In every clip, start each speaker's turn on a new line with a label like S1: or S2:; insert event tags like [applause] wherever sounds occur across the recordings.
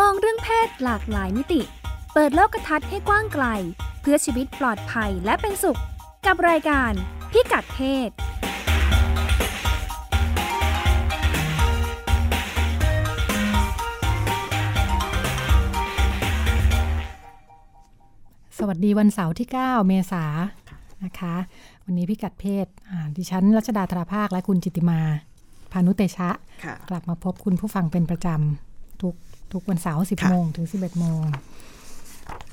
S1: ศหลากหลายมิติ เปิดโลกทัศน์ให้กว้างไกล เพื่อชีวิตปลอดภัยและเป็นสุข กับรายการพิกัดเพศ
S2: สวัสดีวันเสาร์ที่ 9 เมษายนนะคะ วันนี้พิกัดเพศอ่าดิฉันรัชดาธราภาคและคุณจิตติมา พานุเตชะ
S3: ค่ะ
S2: กลับมาพบคุณผู้ฟังเป็นประจำทุกทุกวันเสาร์ 10
S3: ค่ะ
S2: โมงถึง 11 โมง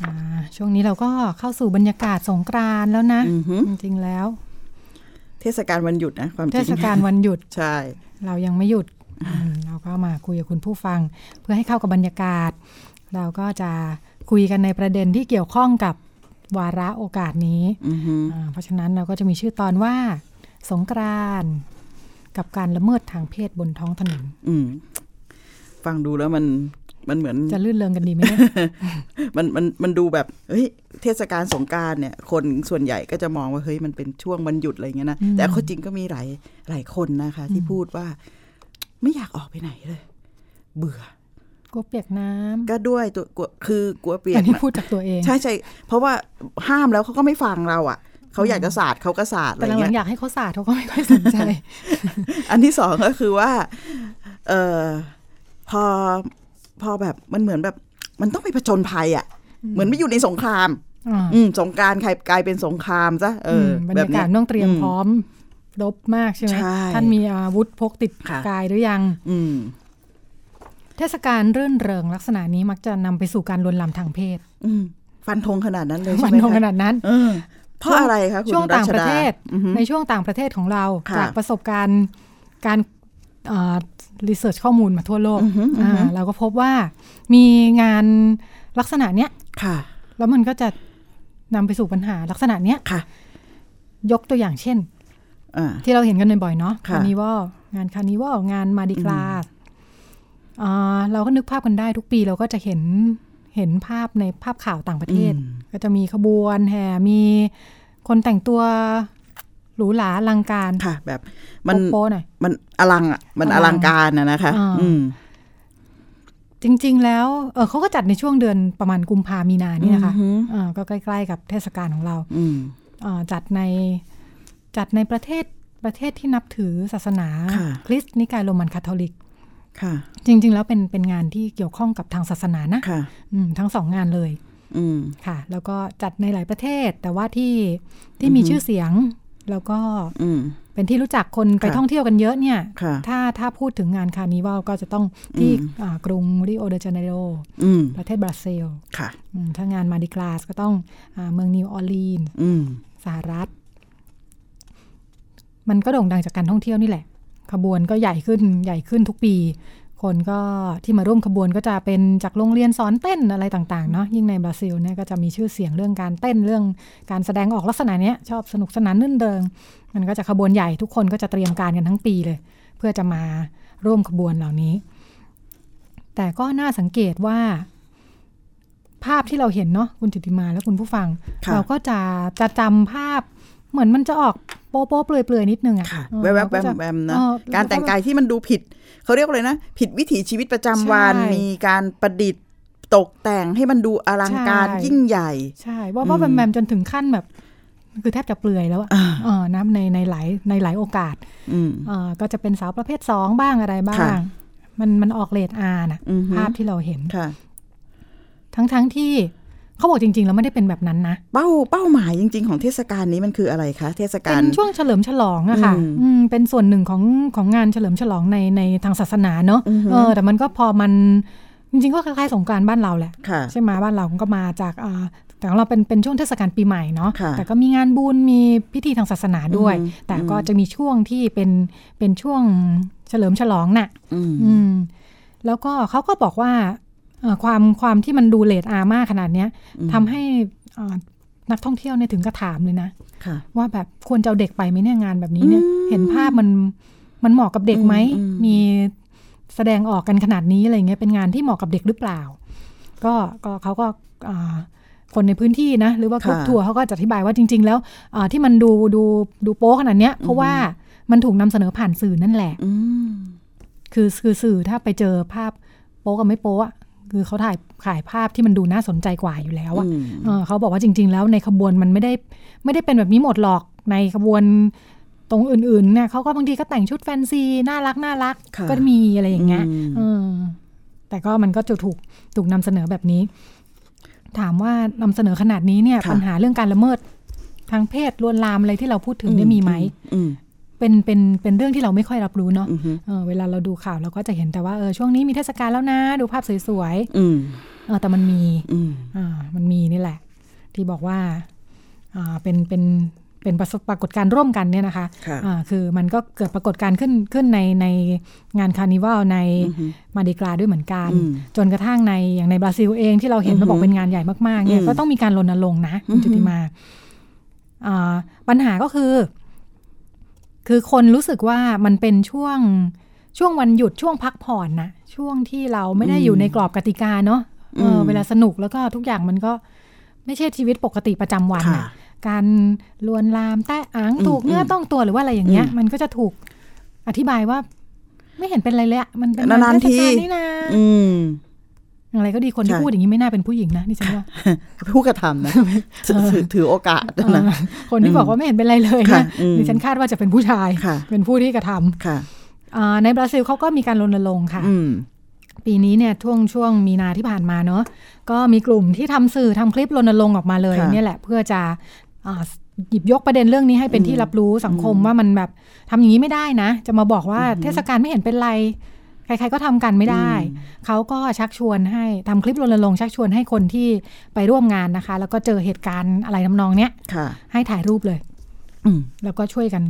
S2: อ่าช่วงนี้เราก็เข้าสู่บรรยากาศสงกรานต์แล้วนะ
S3: อือหือ
S2: จริงๆแล้ว
S3: เทศกาลวันหยุดนะความจ
S2: เท
S3: ริง
S2: ศกาลวันหยุด
S3: [laughs] ใช่
S2: เรายังไม่หยุดอืมเราก็มาคุยกับคุณผู้ฟัง เพื่อให้เข้ากับบรรยากาศ เราก็จะคุยกันในประเด็นที่เกี่ยวข้องกับวาระโอกาสนี้
S3: อือหือ
S2: อ่าเพราะฉะนั้นเราก็จะมีชื่อตอนว่า สงกรานต์กับการละเมิดทางเพศบนท้องถนน
S3: อืมฟังดูแล้วมันมันเหมือน
S2: จะลื่นเริงกันดีไหมเนี่ย
S3: มันมันมันดูแบบเฮ้ยเทศกาลสงกรารเนี่ย คนส่วนใหญ่ก็จะมองว่าเฮ้ยมันเป็นช่วงวันหยุดอะไรเงี้ยนะ
S2: อืม
S3: แต่คนจริงก็มีหลายหลายคนนะคะ ที่
S2: อืม
S3: พูดว่า ไม่อยากออกไปไหนเลย เบื่อ
S2: กลัวเปียกน้
S3: ก็ด้วยตัวกลัวคือกลัวเปลี่
S2: ำ
S3: ย
S2: อั
S3: น
S2: นนี้พูดจากตัวเอง
S3: ใช่ใช่เพราะว่าห้ามแล้วเขาก็ไม่ฟังเราอะ่ะเขาอยากจะสาดเขาก็สาดอะไร
S2: แต่หลั
S3: เงี้
S2: งๆ
S3: ย
S2: อยากให้เขาสาดเขาก็ไม่ค่อยสนใจ
S3: อันที่สองก็คือว่า เออพอพอแบบมันเหมือนแบบ มันต้องไปผจญภัยอะ่ะ
S2: อืม
S3: เหมือนไม่อยู่ในสงคราม
S2: อ่า
S3: อืมสงกรารใครกลายเป็นสงครามซะเออ
S2: มบรร
S3: แบ
S2: ยา
S3: บเนี้
S2: กาย ศต้องเตรียม
S3: อืม
S2: พร้อมรบมากใช่ไหม
S3: ใช่
S2: ท่านมีอาวุธพกติด
S3: ค่ะ
S2: กายหรือยัง
S3: อืม
S2: เทศกาลรื่นเริงลักษณะนี้มักจะนำไปสู่การลวนลามทางเพศ
S3: อืม ฟันธงขนาดนั้นเลย
S2: มั
S3: ใช่
S2: น
S3: ไหม
S2: งงข
S3: คะ
S2: นาดนั้น
S3: เออเพราะอะไรคะคุณ
S2: ช่วง
S3: รั
S2: ต่าง
S3: ช
S2: ประ
S3: ดา
S2: เทศ
S3: อือฮึ
S2: ในช่วงต่างประเทศของเรา
S3: ค่ะ
S2: จากประสบการณ์การรีเสิร์ชข้อมูลมาทั่วโลก
S3: อือฮึอือฮึ
S2: อ่าเราก็พบว่ามีงานลักษณะเนี้ย
S3: ค่ะ
S2: แล้วมันก็จะนำไปสู่ปัญหาลักษณะเนี้ย
S3: ค่ะ
S2: ยกตัวอย่างเช่น
S3: อ่า
S2: ที่เราเห็นกันบ่อยๆเนาะ
S3: ค่ะ
S2: คานิวองานคานิวงานมาดิกลาเราก็นึกภาพกันได้ทุกปีเราก็จะเห็นเห็นภาพในภาพข่าวต่างประเทศ
S3: อืม
S2: ก็จะมีขบวนแห่มีคนแต่งตัวหรูหราอลังการ
S3: ค่ะ แบบมัน
S2: โป๊ะๆหน่อย
S3: มันอลังอ่ะมัน
S2: อ
S3: อ
S2: ลัง
S3: ลังการนะนะคะ
S2: อ่า
S3: อืม
S2: จริง ๆ แล้วเออเขาก็จัดในช่วงเดือนประมาณกุมภามีนาเนี่ยนะคะ
S3: อือหือ
S2: เออก็ใกล้ๆกับเทศกาลของเรา
S3: อืม
S2: เออจัดในจัดในประเทศประเทศที่นับถือศาสนา
S3: ค่ะ
S2: คริสต์นิกายโรมันคาทอลิก
S3: ค่ะ
S2: จริง ๆ แล้วเป็นเป็นงานที่เกี่ยวข้องกับทางศาสนานะ
S3: ค่ะ
S2: อืมทั้งสองงานเลย
S3: อืม
S2: ค่ะ แล้วก็จัดในหลายประเทศ แต่ว่าที่ที่มีชื่อเสียง แล้วก็
S3: อืม
S2: เป็นที่รู้จักคนไป
S3: ค่ะ
S2: ท่องเที่ยวกันเยอะเนี่ย
S3: ค่ะ
S2: ถ้าถ้าพูดถึงงานคาร์นิวัลก็จะต้องที่
S3: อืม
S2: อ่ากรุงริโอเดจาเนโร
S3: อืม
S2: ประเทศบราซิล
S3: ค่ะ
S2: อืมถ้างานมาดิกลาสก็ต้องอาเมืองนิวออร์ลีนส์
S3: อืม
S2: สหรัฐ มันก็โด่งดังจากการท่องเที่ยวนี่แหละ ขบวนก็ใหญ่ขึ้นใหญ่ขึ้นทุกปี คนก็ที่มาร่วมขบวนก็จะเป็นจากโรงเรียนสอนเต้นอะไรต่างๆเนาะยิ่งในบราซิลเนี่ยก็จะมีชื่อเสียงเรื่องการเต้นเรื่องการแสดงออกลักษณะเนี้ยชอบสนุกสนานรื่นเริง มันก็จะขบวนใหญ่ทุกคนก็จะเตรียมการกันทั้งปีเลย เพื่อจะมาร่วมขบวนเหล่านี้ แต่ก็น่าสังเกตว่า ภาพที่เราเห็นเนาะคุณจิตติมาและคุณผู้ฟัง
S3: ค่ะ
S2: เราก็จะจะจำภาพเหมือนมันจะออกโป๊ะๆเปลือยๆนิดนึงอะ
S3: ค่ะ
S2: เออ
S3: แว
S2: เรา
S3: บๆ
S2: ก็
S3: แว
S2: จะ
S3: มแวมๆนะ
S2: เออ
S3: การแต่งกายที่มันดูผิด เขาเรียกว่าอะไรนะ ผิดวิถีชีวิตประจำวัน
S2: ใช่
S3: มีการประดิษฐ์ตกแต่งให้มันดูอลังการ
S2: ใช่
S3: ยิ่งใหญ่
S2: ใช่ว่าว่า
S3: อืม
S2: แบมแบมจนถึงขั้นแบบ คือแทบจะเปลือยแล้วอะ
S3: อ่า
S2: เออนะในในหลายในหลายโอกาส
S3: อืม
S2: เออก็จะเป็นสาวประเภทสองบ้างอะไรบ้าง
S3: ค่ะ
S2: มันมันออกเลดอาร์นะ
S3: อือฮึ
S2: ภาพที่เราเห็น
S3: ค่ะ
S2: ทั้งทั้งที่เขาบอกจริง ๆ แล้วไม่ได้เป็นแบบนั้นนะ
S3: เป้าเป้าหมายจริง ๆ ของเทศกาลนี้มันคืออะไรคะ เทศกา
S2: เป็
S3: ล
S2: นช่วงเฉลิมฉลองอะค่ะ
S3: อืม
S2: อืมเป็นส่วนหนึ่งของของงานเฉลิมฉลองในในทางศาสนาเนอะ
S3: อือฮึ
S2: เออแต่มันก็พอมันจริงๆก็คล้ายๆสงกรารบ้านเราแหละ
S3: ค่ะ
S2: ใช่ไหมบ้านเราก็มาจากอ่าแต่ของเราเป็นเป็นช่วงเทศกาลปีใหม่เนาะ
S3: ค่ะ
S2: แต่ก็มีงานบุญมีพิธีทางศาสนาด้วย
S3: อืม
S2: แต่
S3: อืม
S2: ก็จะมีช่วงที่เป็นเป็นช่วงเฉลิมฉลองน่ะ
S3: อืม
S2: อืม แล้วก็เขาก็บอกว่าเอ่อความความที่มันดูเลทอาร์มากขนาดเนี้ยทำให้อ่านักท่องเที่ยวเนี่ยถึงกระถามเลยนะ
S3: ค่ะ
S2: ว่าแบบควรจะเอาเด็กไปไหมเนี่ยงานแบบนี้เนี่ย
S3: อืม
S2: เห็นภาพมันมันเหมาะกับเด็กไหม
S3: อืมอืม
S2: มีแสดงออกกันขนาดนี้อะไรเงี้ยเป็นงานที่เหมาะกับเด็กหรือเปล่า ก็ก็เขาก็อ่าคนในพื้นที่นะ หรือว่ากรุ๊ปทัวร์เขาก็จะอธิบายว่าจริง ๆ แล้วอ่าที่มันดูดูดูโป๊ขนาดเนี้ยเพราะว่ามันถูกนำเสนอผ่านสื่อนั่นแหละ
S3: อืม
S2: คือคือสื่อถ้าไปเจอภาพโป๊กับไม่โป๊อะ คือเขาถ่ายขายภาพที่มันดูน่าสนใจกว่าอยู่แล้วอะ
S3: อืม
S2: เอ่อเขาบอกว่าจริง ๆ แล้วในขบวนมันไม่ได้ไม่ได้เป็นแบบนี้หมดหรอกในขบวนตรงอื่นๆเนี่ยเขาก็บางทีก็แต่งชุดแฟนซีน่ารักน่ารัก
S3: ค่ะ
S2: ก็มีอะไรอย่างเงี้ย
S3: อืม
S2: เออแต่ก็มันก็จะถูกถูกนำเสนอแบบนี้ ถามว่านำเสนอขนาดนี้เนี่ย
S3: ค่ะ
S2: ปัญหาเรื่องการละเมิดทางเพศลวนลามอะไรที่เราพูดถึงเนี่ยมีไหม
S3: อืม
S2: เป็นเป็นเป็นเรื่องที่เราไม่ค่อยรับรู้เนาะ
S3: อืมอืม
S2: เออเวลาเราดูข่าวเราก็จะเห็นแต่ว่าเออช่วงนี้มีเทศกาลแล้วนะ ดูภาพสวย
S3: อืม
S2: ๆเออแต่มันมี
S3: อืม
S2: อ่ามันมีนี่แหละ ที่บอกว่าอ่าเป็นเป็นเป็นประสบปรากฏการณ์ร่วมกันเนี่ยนะคะ
S3: ค่ะ
S2: อ่าคือมันก็เกิดปรากฏการณ์ขึ้นขึ้นในในงานคาร์นิวัลใน
S3: อืม
S2: มาดิกราด้วยเหมือนกัน
S3: อืม
S2: จนกระทั่งในอย่างในบราซิลเองที่เราเห็น
S3: อือฮึ
S2: มาบอกเป็นงานใหญ่มากๆเนี่ย
S3: อืม
S2: ก็ต้องมีการรณรงค์นะคุณ
S3: อือฮึ
S2: จุติมาอ่าปัญหาก็คือ คือคนรู้สึกว่ามันเป็นช่วงช่วงวันหยุดช่วงพักผ่อนนะช่วงที่เราไม่ได้อยู่ในกรอบกติกาเนาะ เออเวลาสนุกแล้วก็ทุกอย่างมันก็ไม่ใช่ชีวิตปกติประจำวัน
S3: ค่ะ
S2: น่ะการลวนลามแตะอัง
S3: อืม
S2: ถูกเนื้ออ
S3: ม
S2: ต้องตัวหรือว่าอะไรอย่างเงี้ย
S3: อืม
S2: มันก็จะถูกอธิบายว่า ไม่เห็นเป็นไรเลยอะมันเป็นง
S3: นานๆ
S2: เทศกล
S3: ที
S2: นี่นะ
S3: อืม
S2: อะไรก็ดีคนที่
S3: ค่ะ
S2: พูดอย่างนี้ไม่น่าเป็นผู้หญิงนะนี่ฉันว่า
S3: ผู้กระทำนะ [laughs] ถือถือถือโอกาสนะ
S2: เออคนที่บอกว่าไม่เห็นเป็นไรเลย
S3: ค่ะ
S2: นะ
S3: อืม
S2: นี่ฉันคาดว่าจะเป็นผู้ชาย
S3: ค่ะ
S2: เป็นผู้ที่กระท
S3: ค่ะ
S2: ำอ่าในบราซิลเขาก็มีการรณรงค์ค่ะ
S3: อืม
S2: ปีนี้เนี่ยช่วงช่วงมีนาที่ผ่านมาเนอะก็มีกลุ่มที่ทำสื่อทำคลิปรณรงค์ออกมาเลย
S3: ค่ะ
S2: เนี่ยแหละเพื่อจะอ่าหยิบยกประเด็นเรื่องนี้ให้เป็น
S3: อืม
S2: ที่รับรู้สังคม
S3: อืม
S2: ว่ามันแบบทำอย่างนี้ไม่ได้นะ จะมาบอกว่า
S3: อือหือ
S2: เทศกาลไม่เห็นเป็นไร ใคร ๆก็ทำกันไม่ได้ เขาก็ชักชวนให้ทำคลิปรณรงค์ชักชวนให้คนที่ไปร่วมงานนะคะ แล้วก็เจอเหตุการณ์อะไรทำนองเนี้ย
S3: ค่ะ
S2: ให้ถ่ายรูปเลย
S3: อืม
S2: แล้วก็ช่วยกัน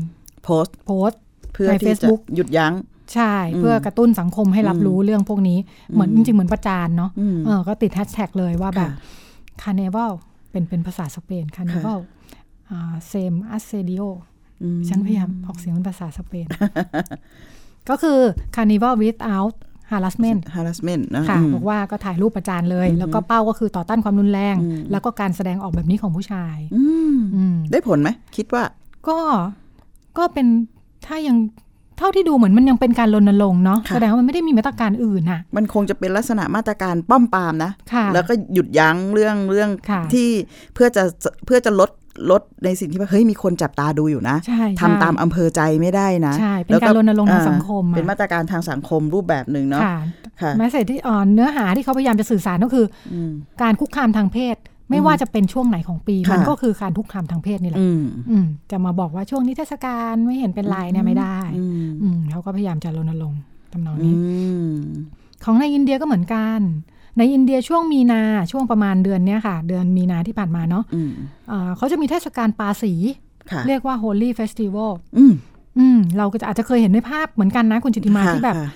S3: โพสต์
S2: โพสต์
S3: เพื่อ
S2: ใน
S3: ที่จะ
S2: Facebook
S3: หยุดยั้ง
S2: ใช่เพื่อ
S3: อืม
S2: กระตุ้นสังคมให้รับ
S3: อืม
S2: รู้เรื่องพวกนี้เหมือน
S3: อื
S2: จ
S3: ม
S2: ริงๆเหมือนประจานเนาะ
S3: อืม
S2: เออก็ติดแฮชแท็กเลยว่าแบบ
S3: ค่ะ
S2: คาเนวัลเป็นเป็นภาษาสเปนคาเนวัลเซมอัสเซดิโอ
S3: อืม
S2: ฉันพยายามออกเสียงเป็นภาษาสเปน ก็คือ Carnival without harassment
S3: harassment นะ
S2: ค่ะ
S3: อืม
S2: บอกว่าก็ถ่ายรูปประจานเลย
S3: อือฮึ
S2: แล้วก็เป้าก็คือต่อต้านความรุนแรง
S3: อืม
S2: แล้วก็การแสดงออกแบบนี้ของผู้ชาย
S3: อืม
S2: อืม
S3: ได้ผลไหมคิดว่า
S2: ก็ก็เป็นถ้ายังเท่าที่ดูเหมือนมันยังเป็นการรณรงค์เนาะ
S3: ค่ะ
S2: แสดงว่ามันไม่ได้มีมาตรการอื่นน่ะ
S3: มันคงจะเป็นลักษณะมาตรการป้อมปรามนะ
S2: ค่ะ
S3: แล้วก็หยุดยั้งเรื่องเรื่อง
S2: ค่ะ
S3: ที่เพื่อจะเพื่อจะลดลดในสิ่งที่ว่าเฮ้ยมีคนจับตาดูอยู่นะ
S2: ใช่
S3: ทำ
S2: ใช่
S3: ตามอำเภอใจไม่ได้นะ
S2: ใช่เป็นการรณรงค์ทางสังคม
S3: อ่า
S2: อะ
S3: เป็นมาตรการทางสังคมรูปแบบหนึ่งเนาะ
S2: ค่ะ
S3: ค่ะ
S2: แมสเซจที่อ่อนเนื้อหาที่เขาพยายามจะสื่อสารก็คือ
S3: อืม
S2: การคุกคามทางเพศ ไม่ว่าจะเป็นช่วงไหนของปี
S3: ค่ะ
S2: มันก็คือการคุกคามทางเพศนี่แหละ
S3: อืม
S2: อืมจะมาบอกว่าช่วงนี้เทศกาลไม่เห็นเป็นไรเนี่ยไม่ได้
S3: อืม
S2: อืมเขาก็พยายามจะรณรงค์ทำนอง
S3: อื
S2: นี้
S3: ม
S2: ของในอินเดียก็เหมือนกัน ในอินเดียช่วงมีนาช่วงประมาณเดือนเนี้ยค่ะ เดือนมีนาที่ผ่านมาเนาะ
S3: อืม
S2: อ่าเขาจะมีเทศกาลปาสี
S3: ค่ะ
S2: เรียกว่า Holy Festival
S3: อืม
S2: อืมเราก็จะอาจจะเคยเห็นในภาพเหมือนกันนะคุณจิตติมา
S3: ค่ะ
S2: ที่แบบ
S3: ค่ะ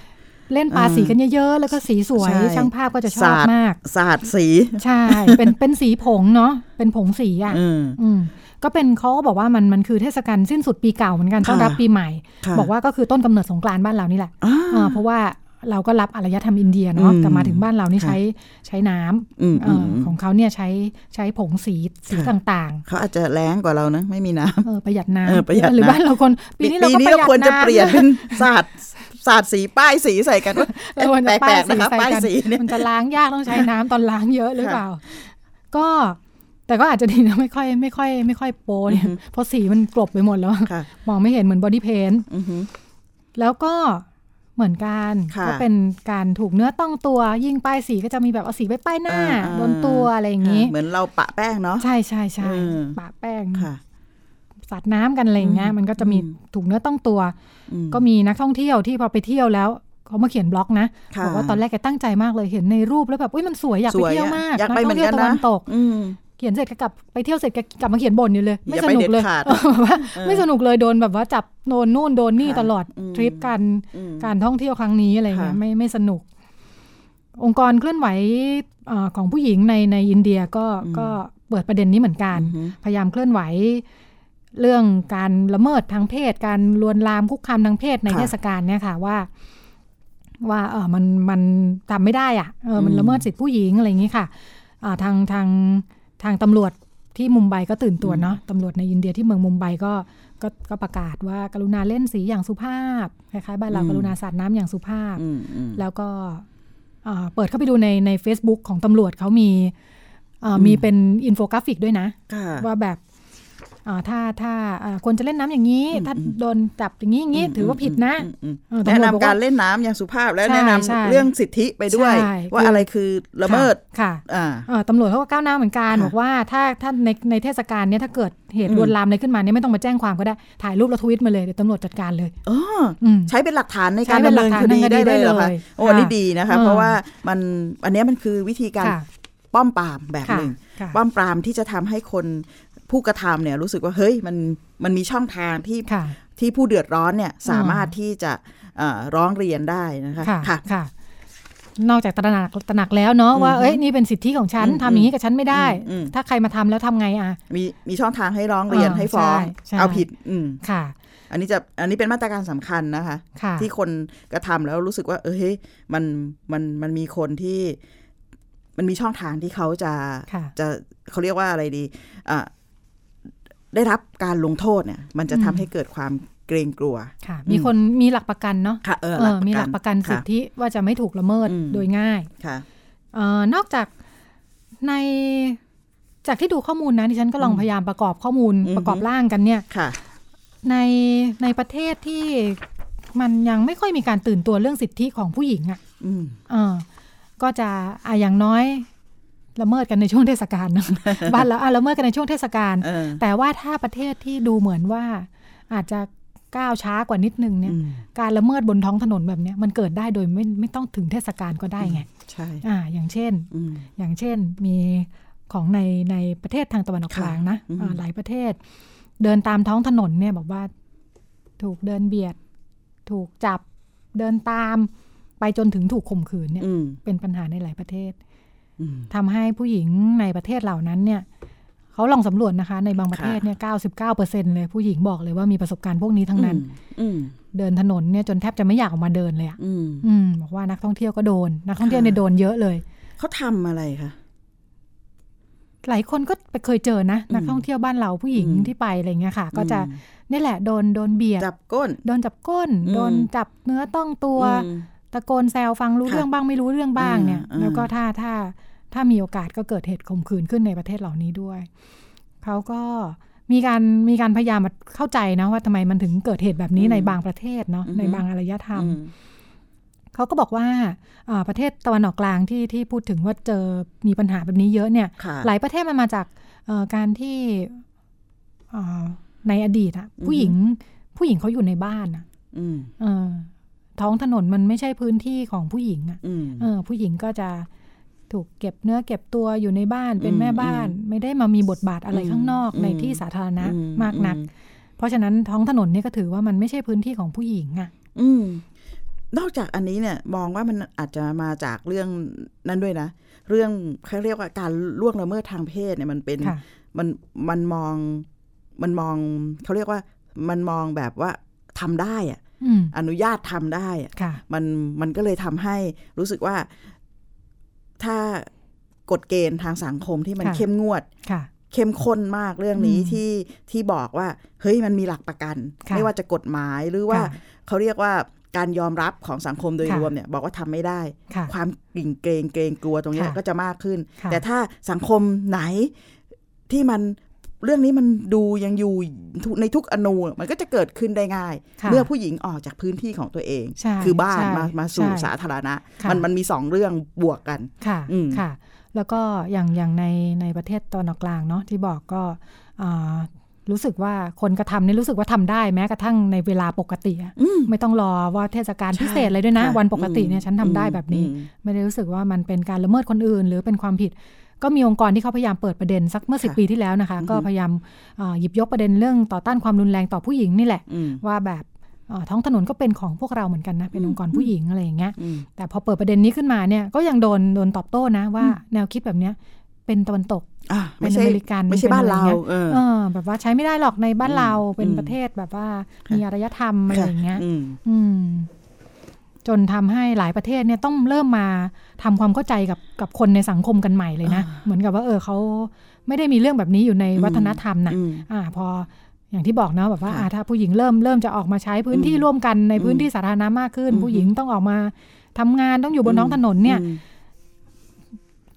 S2: เล่นปาสีกันเยอะๆ แล้วก็สีสวย
S3: ใช่
S2: ช่างภาพก็จะชอบ
S3: สาด
S2: มาก
S3: ศาสตร์สี
S2: ใช่
S3: [laughs]
S2: เป็นเป็นสีผงเนาะ เป็นผงสีอ่ะ
S3: อืม
S2: อืม ก็เป็นเขาก็บอกว่ามันมันคือเทศกาลสิ้นสุดปีเก่าเหมือนกัน
S3: ค่ะ
S2: ต้อนรับปีใหม่
S3: ค่ะ
S2: บอกว่าก็คือต้นกำเนิดสงกรานต์บ้านเรา
S3: [gasps]
S2: นี่แหละ
S3: อ่า
S2: อ่าเพราะว่าเราก็รับอารยธรรมอินเดียเนาะ
S3: อืม
S2: แต่มาถึงบ้านเรานี่
S3: ค่ะ
S2: ใช้ใช้น้ำ
S3: อืม
S2: เอ
S3: อืม
S2: ออ
S3: ม
S2: ของเขาเนี่ยใช้ใช้ผงสีสี
S3: ค่ะ
S2: ต่าง
S3: เขาอาจจะแรงกว่าเรานะ ไม่มีน้
S2: ๆ เออประหยัดน้
S3: เออประหยัด
S2: ำหรือ
S3: น้ำ
S2: บ้านเราคนปีนี้เราก็ประหยัด
S3: ควรจะ
S2: น้ำ
S3: เปลี่ยนเป็นศาสตร์ศาสตร์สีป้ายสีใส่กันว่า
S2: เราควรจะ
S3: แปลกๆนะคะ
S2: ป้า
S3: ป้ายย
S2: สีใส่กัน
S3: สีเนี่ย
S2: มันจะล้างยากต้องใช้น้ำตอนล้างเยอะหรือเปล่า ก็แต่ก็อาจจะดีนะไม่ค่อยไม่ค่อย ไม่ค่อยโปะเนี่ย
S3: อือฮึ
S2: เพราะสีมันกลบไปหมดแล้ว
S3: ค่ะ
S2: มองไม่เห็นเหมือนบอดี้เพนท์
S3: อือฮึ
S2: แล้วก็เหมือนกัน
S3: ค่ะ
S2: ก็เป็นการถูกเนื้อต้องตัว ยิ่งป้ายสีก็จะมีแบบเอาสีไปป้ายหน้า
S3: อ่าอ่า
S2: บนตัวอะไรอย่างนี้
S3: เหมือนเราปะแป้งเนาะ
S2: ใช่ใช่ใช่
S3: เออ
S2: ปะแป้ง
S3: ค่ะ
S2: สาดน้ำกันอะไรอย่างเงี้ย
S3: อืม
S2: มันก็จะมี
S3: อืม
S2: ถูกเนื้อต้องตัว
S3: อื
S2: ก็มีนักท่องเที่ยวที่พอไปเที่ยวแล้วเขามาเขียนบล็อกนะ
S3: ค่ะ
S2: บอกว่าตอนแรกแกตั้งใจมากเลยเห็นในรูปแล้วแบบอุ้ยมันสวยอยาก
S3: ส
S2: ไป
S3: ว
S2: เที่ยว
S3: อะ
S2: มาก
S3: อยากไปเหมือนกัน
S2: กท่งที่ยวตะวั
S3: นะ
S2: นตก
S3: อืม
S2: เขียนเสร็จก็กลับไปเที่ยวเสร็จก็กลับมาเขียนบ่นอยู่เลย ไม่
S3: อย่า
S2: ส
S3: ไป
S2: นุกเลย
S3: เด็ดขาด
S2: เออว่า
S3: เออ
S2: ไม่สนุกเลยโดนแบบว่าจับโดนนู่นโดนนี่
S3: ค่ะ
S2: ตลอด
S3: อืม
S2: ทริปการ
S3: อืม
S2: การท่องเที่ยวครั้งนี้อะไรเงี้ย
S3: ค่ะ
S2: ไม่ไม่สนุก องค์กรเคลื่อนไหวเอ่อของผู้หญิงในในอินเดียก็ก็เปิดประเด็นนี้เหมือนกัน
S3: อือฮึ
S2: พยายามเคลื่อนไหว เรื่องการละเมิดทางเพศ การลวนลามคุกคามทางเพศในเทศกาลเนี่ยค่ะว่า ว่าเออมันมันทำไม่ได้อะเออมันละเมิดสิทธิผู้หญิงอะไรอย่างนี้ค่ะอ่าทางทางทางตำรวจที่มุมไบก็ตื่นตัวเนาะตำรวจในอินเดียที่เมืองมุมไบก็ก็ก็ประกาศว่ากรุณาเล่นสีอย่างสุภาพคล้ายๆบ้านเรา
S3: อืม
S2: กรุณาสาดน้ำอย่างสุภาพ
S3: อืมอืม
S2: แล้วก็ อ่าเปิดเข้าไปดูในใน Facebook ของตำรวจเขามีอ่ามีเป็นอินโฟกราฟิกด้วยนะ
S3: ค่ะ
S2: ว่าแบบอ่าถ้าถ้าอ่าควรจะเล่นน้ำอย่างนี้
S3: อืม
S2: ถ้า
S3: อืม
S2: โดนจับอย่างนี้อย่างนี้ ถือว่าผิดนะ
S3: อืมอืม
S2: เออตำรวจ
S3: แนะนำ
S2: บอกว่า
S3: การเล่นน้ำอย่างสุภาพและ
S2: ใช่
S3: แนะนำ
S2: ใช่
S3: เรื่องสิทธิไปด้วย
S2: ใช่
S3: ว่า
S2: คืออ
S3: อะไรคือละเมิด
S2: ค่ะ
S3: อ่า
S2: เอ่อตำรวจเขาก็ก้าวหน้าเหมือนกัน
S3: ค่ะ
S2: บอกว่าถ้าถ้าในในเทศกาลเนี่ยถ้าเกิดเหตุ
S3: อืม
S2: ลวนลามอะไรขึ้นมาเนี่ยไม่ต้องมาแจ้งความก็ได้ ถ่ายรูปแล้วทวิตมาเลยเดี๋ยวตำรวจจัดการเลย
S3: อ๋อ
S2: อืม
S3: ใช้เป็นหลักฐานใน
S2: ใช้
S3: การ
S2: เป็
S3: ดำ
S2: นหลัก
S3: เนิน
S2: ฐาน
S3: คดี
S2: ทางคดี
S3: ได้เลยเหรอ
S2: ได้
S3: คะ
S2: เลย
S3: โอ้อันนี่
S2: ค่ะ
S3: ดีนะคะ
S2: เออ
S3: เพราะว่ามันอันเนี้ยมันคือวิธีการ
S2: ค่ะ
S3: ป้อมปรามแบบ
S2: ค่ะ
S3: หนึ่ง
S2: ค่ะ
S3: ป้อมปรามที่จะทำให้คนผู้กระทำเนี่ยรู้สึกว่าเฮ้ยมันมันมีช่องทางที่
S2: ค่ะ
S3: ที่ผู้เดือดร้อนเนี่ยสามารถที่จะเอ่อร้องเรียนได้นะคะ
S2: ค่ะค่ะ นอกจากตระหนักตระหนักแล้วเนาะว่า
S3: อือฮึ
S2: เอ้ยนี่เป็นสิทธิของฉัน
S3: อืม
S2: ทำอย่างนี้กับฉันไม่ได้
S3: อืมอืม
S2: ถ้าใครมาทำแล้วทำไงอ่ะ
S3: มีมีช่องทางให้ร้องเรียน
S2: อ่า
S3: ให้ฟ้อง
S2: ใช่ใช่
S3: เอาผิดอืม
S2: ค่ะ
S3: อันนี้จะอันนี้เป็นมาตรการสำคัญนะคะ
S2: ค่ะ
S3: ที่คนกระทำแล้วรู้สึกว่า เออเฮ้ยมันมันมันมีคนที่มันมีช่องทางที่เขาจะ
S2: ค่ะ
S3: จะเขาเรียกว่าอะไรดีอ่ะได้รับการลงโทษเนี่ย มันจะทำ
S2: อืม
S3: ให้เกิดความเกรงกลัว
S2: ค่ะ มีคนมีหลักประกันเนาะ
S3: ค่ะเออ
S2: เออมีหลักประกัน
S3: ค่
S2: สิทธิว่าจะไม่ถูกละเมิด
S3: อืม
S2: โดยง่าย
S3: ค่ะ
S2: เออนอกจากในจากที่ดูข้อมูลนะดิฉันก็ลอง
S3: อืม
S2: พยายามประกอบข้อมูล
S3: อือฮึ
S2: ประกอบร่างกันเนี่ย
S3: ค่ะ
S2: ในในประเทศที่มันยังไม่ค่อยมีการตื่นตัวเรื่องสิทธิของผู้หญิงอะ่ะ
S3: อืม
S2: เออก็จะอ่ะอย่างน้อยละเมิดกันในช่วงเทศกาล [laughs] นะ บ้านเราอ่ะละเมิดกันในช่วงเทศกาล
S3: เออ
S2: แต่ว่าถ้าประเทศที่ดูเหมือนว่า อาจจะก้าวช้ากว่านิดนึงเนี่ย
S3: อืม
S2: การละเมิดบนท้องถนนแบบเนี้ยมันเกิดได้โดยไม่ไม่ต้องถึงเทศกาลก็ได้ไง
S3: ใช่
S2: อ่า อย่างเช่น
S3: อืม
S2: อย่างเช่นมีของในในประเทศทางตะวันออกก
S3: ค่ะ
S2: ลางนะ
S3: อืม
S2: อ่าหลายประเทศ เดินตามท้องถนนเนี่ยบอกว่า ถูกเดินเบียด ถูกจับเดินตาม ไปจนถึงถูกข่มขืนเนี่ย
S3: อืม
S2: เป็นปัญหาในหลายประเทศ
S3: อืม
S2: ทำให้ผู้หญิงในประเทศเหล่านั้นเนี่ยเขาลองสำรวจนะคะ ในบางประเทศเนี่ย 99%เลยผู้หญิงบอกเลยว่ามีประสบการณ์พวกนี้ทั้งนั้น
S3: อืม
S2: เดินถนนเนี่ยจนแทบจะไม่อยากออกมาเดินเลยอะ
S3: อืม
S2: อืมบอกว่านักท่องเที่ยวก็โดน นักท่องเที่ยวเนี่ย
S3: ค่ะ
S2: โดนเยอะเลย
S3: เขาทำอะไรคะ
S2: หลายคนก็ไปเคยเจอนะ
S3: อืม
S2: นักท่องเที่ยวบ้านเราผู้หญิง
S3: อืม
S2: ที่ไปอะไรเงี้ยค่ะ ก็จะ
S3: อืม
S2: นี่แหละโดนโดนเบียด
S3: จับก้น
S2: โดนจับก้น
S3: อืม
S2: โดนจับเนื้อต้องตัว
S3: อืม
S2: ตะโกนแซวฟังรู้
S3: ค่ะ
S2: เรื่องบ้างไม่รู้เรื่องบ้างเนี่ย
S3: อ่า
S2: แล้วก็ถ้าถ้าถ้ามีโอกาสก็เกิดเหตุข่มขืนขึ้นในประเทศเหล่านี้ด้วยเขาก็มีการมีการพยายามมาเข้าใจนะว่าทำไมมันถึงเกิดเหตุแบบนี้ในบางประเทศเนาะในบางอารยธรรม
S3: อืม
S2: เขาก็บอกว่าอ่าประเทศตะวันออกกลางที่ที่พูดถึงว่าเจอมีปัญหาแบบนี้เยอะเนี่ย
S3: ค่ะ
S2: หลายประเทศมันมาจากเอ่อการที่เอ่อในอดีตอะ
S3: อือฮึ
S2: ผู้หญิงผู้หญิงเขาอยู่ในบ้านอะ
S3: อืม
S2: เออท้องถนนมันไม่ใช่พื้นที่ของผู้หญิงอะ
S3: อืม
S2: เออ ผู้หญิงก็จะถูกเก็บเนื้อเก็บตัวอยู่ในบ้านเป็นแม่บ้าน ไม่ได้มามีบทบาทอะไร
S3: อืม
S2: ข้างนอก
S3: อืม
S2: ในที่สาธารณะ
S3: อื
S2: มากนัก เพราะฉะนั้นท้องถนนเนี่ยก็ถือว่ามันไม่ใช่พื้นที่ของผู้หญิงอะ
S3: อืมนอกจากอันนี้เนี่ย มองว่ามันอาจจะมาจากเรื่องนั้นด้วยนะ เรื่องเขาเรียกว่าการล่วงละเมิดทางเพศเนี่ยมันเป็น
S2: ค่ะ
S3: มันมันมองมันมองเขาเรียกว่ามันมองแบบว่าทำได้อะ
S2: อืม
S3: อนุญาตทำได้อะ
S2: ค่ะ
S3: มันมันก็เลยทำให้รู้สึกว่าถ้ากฎเกณฑ์ทางสังคมที่มัน
S2: ค่ะ
S3: เข้มงวด
S2: ค่ะ
S3: เข้มข้นมากเรื่องนี้
S2: อืม
S3: ที่ที่บอกว่า เฮ้ยมันมีหลักประกัน
S2: ค่ะ
S3: ไม่ว่าจะกฎหมายหรือว่า
S2: ค่ะ
S3: เขาเรียกว่าการยอมรับของสังคมโดย
S2: ค่ะ
S3: รวมเนี่ยบอกว่าทำไม่ได้
S2: ค่ะ
S3: ความกลิ่นเกรงเกรงกลัวตรงเนี้ย
S2: ค่ะ
S3: ก็จะมากขึ้น
S2: ค่ะ
S3: แต่ถ้าสังคมไหนที่มันเรื่องนี้มันดูยังอยู่ทุกในทุกอนูมันก็จะเกิดขึ้นได้ง่าย
S2: ค่ะ
S3: เมื่อผู้หญิงออกจากพื้นที่ของตัวเอง
S2: ใช่
S3: คือบ้าน
S2: ใช่
S3: มามาสู่
S2: ใช่
S3: สาธารณะ
S2: ค่ะ
S3: มันมันมีสองเรื่องบวกกัน
S2: ค่ะ
S3: อืม
S2: ค่ะ แล้วก็อย่างอย่างในในประเทศตะวันออกกลางเนาะที่บอกก็อ่ารู้สึกว่าคนกระทำเนี่ยรู้สึกว่าทำได้แม้กระทั่งในเวลาปกติอะ
S3: อืม
S2: ไม่ต้องรอว่าเทศกาล
S3: ใช่
S2: พิเศษเลยด้วยนะ
S3: ค่ะ
S2: วันปกติ
S3: อืม
S2: เนี่ยฉันทำได้แบบนี้
S3: อืม
S2: ไม่ได้รู้สึกว่ามันเป็นการละเมิดคนอื่น หรือเป็นความผิด ก็มีองค์กรที่เขาพยายามเปิดประเด็นสักเมื่อ
S3: ค่ะ
S2: 10 ปีที่แล้วนะคะ
S3: อือฮึ
S2: ก็พยายามอ่าหยิบยกประเด็นเรื่องต่อต้านความรุนแรงต่อผู้หญิงนี่แหละ
S3: อืม
S2: ว่าแบบเอ่อท้องถนนก็เป็นของพวกเราเหมือนกันนะเป็น
S3: อืม
S2: องค์กรผู้หญิงอะไรอย่างเงี้ย
S3: อืม
S2: แต่พอเปิดประเด็นนี้ขึ้นมาเนี่ยก็ยังโดนโดนตอบโต้นะว่าแนวคิดแบบเนี้ยเป็นตะวันตก
S3: อ่ะ
S2: เป็
S3: ไม่
S2: นอ
S3: ใช่
S2: เมริกัน
S3: ไม่ใช่บ้านเรา
S2: ป็อะไอย่งงี้ย
S3: เออ
S2: เออ แบบว่าใช้ไม่ได้หรอกในบ้านเรา
S3: อืม
S2: เป็น
S3: อืม
S2: ประเทศแบบว่า
S3: ค่ะ
S2: มีอารยธรรมอะไรอย่างเงี้ย
S3: อืม
S2: อืม จนทำให้หลายประเทศเนี่ยต้องเริ่มมาทำความเข้าใจกับกับคนในสังคมกันใหม่เลยนะ
S3: อ่า
S2: เหมือนกับว่า เออเขาไม่ได้มีเรื่องแบบนี้อยู่ใน
S3: อืม
S2: วัฒนธรรมนะ
S3: อืม
S2: อ่าพออย่างที่บอกนะแบบว่า
S3: ค่ะ
S2: อ่าถ้าผู้หญิงเริ่มเริ่มจะออกมาใช้พื้นที่
S3: อืม
S2: ร่วมกันใน
S3: อืม
S2: พื้นที่สาธารณะมากขึ้น
S3: อือฮึ
S2: ผู้หญิงต้องออกมา ทำงานต้องอยู่บนท้องถนนเนี่ย
S3: อืม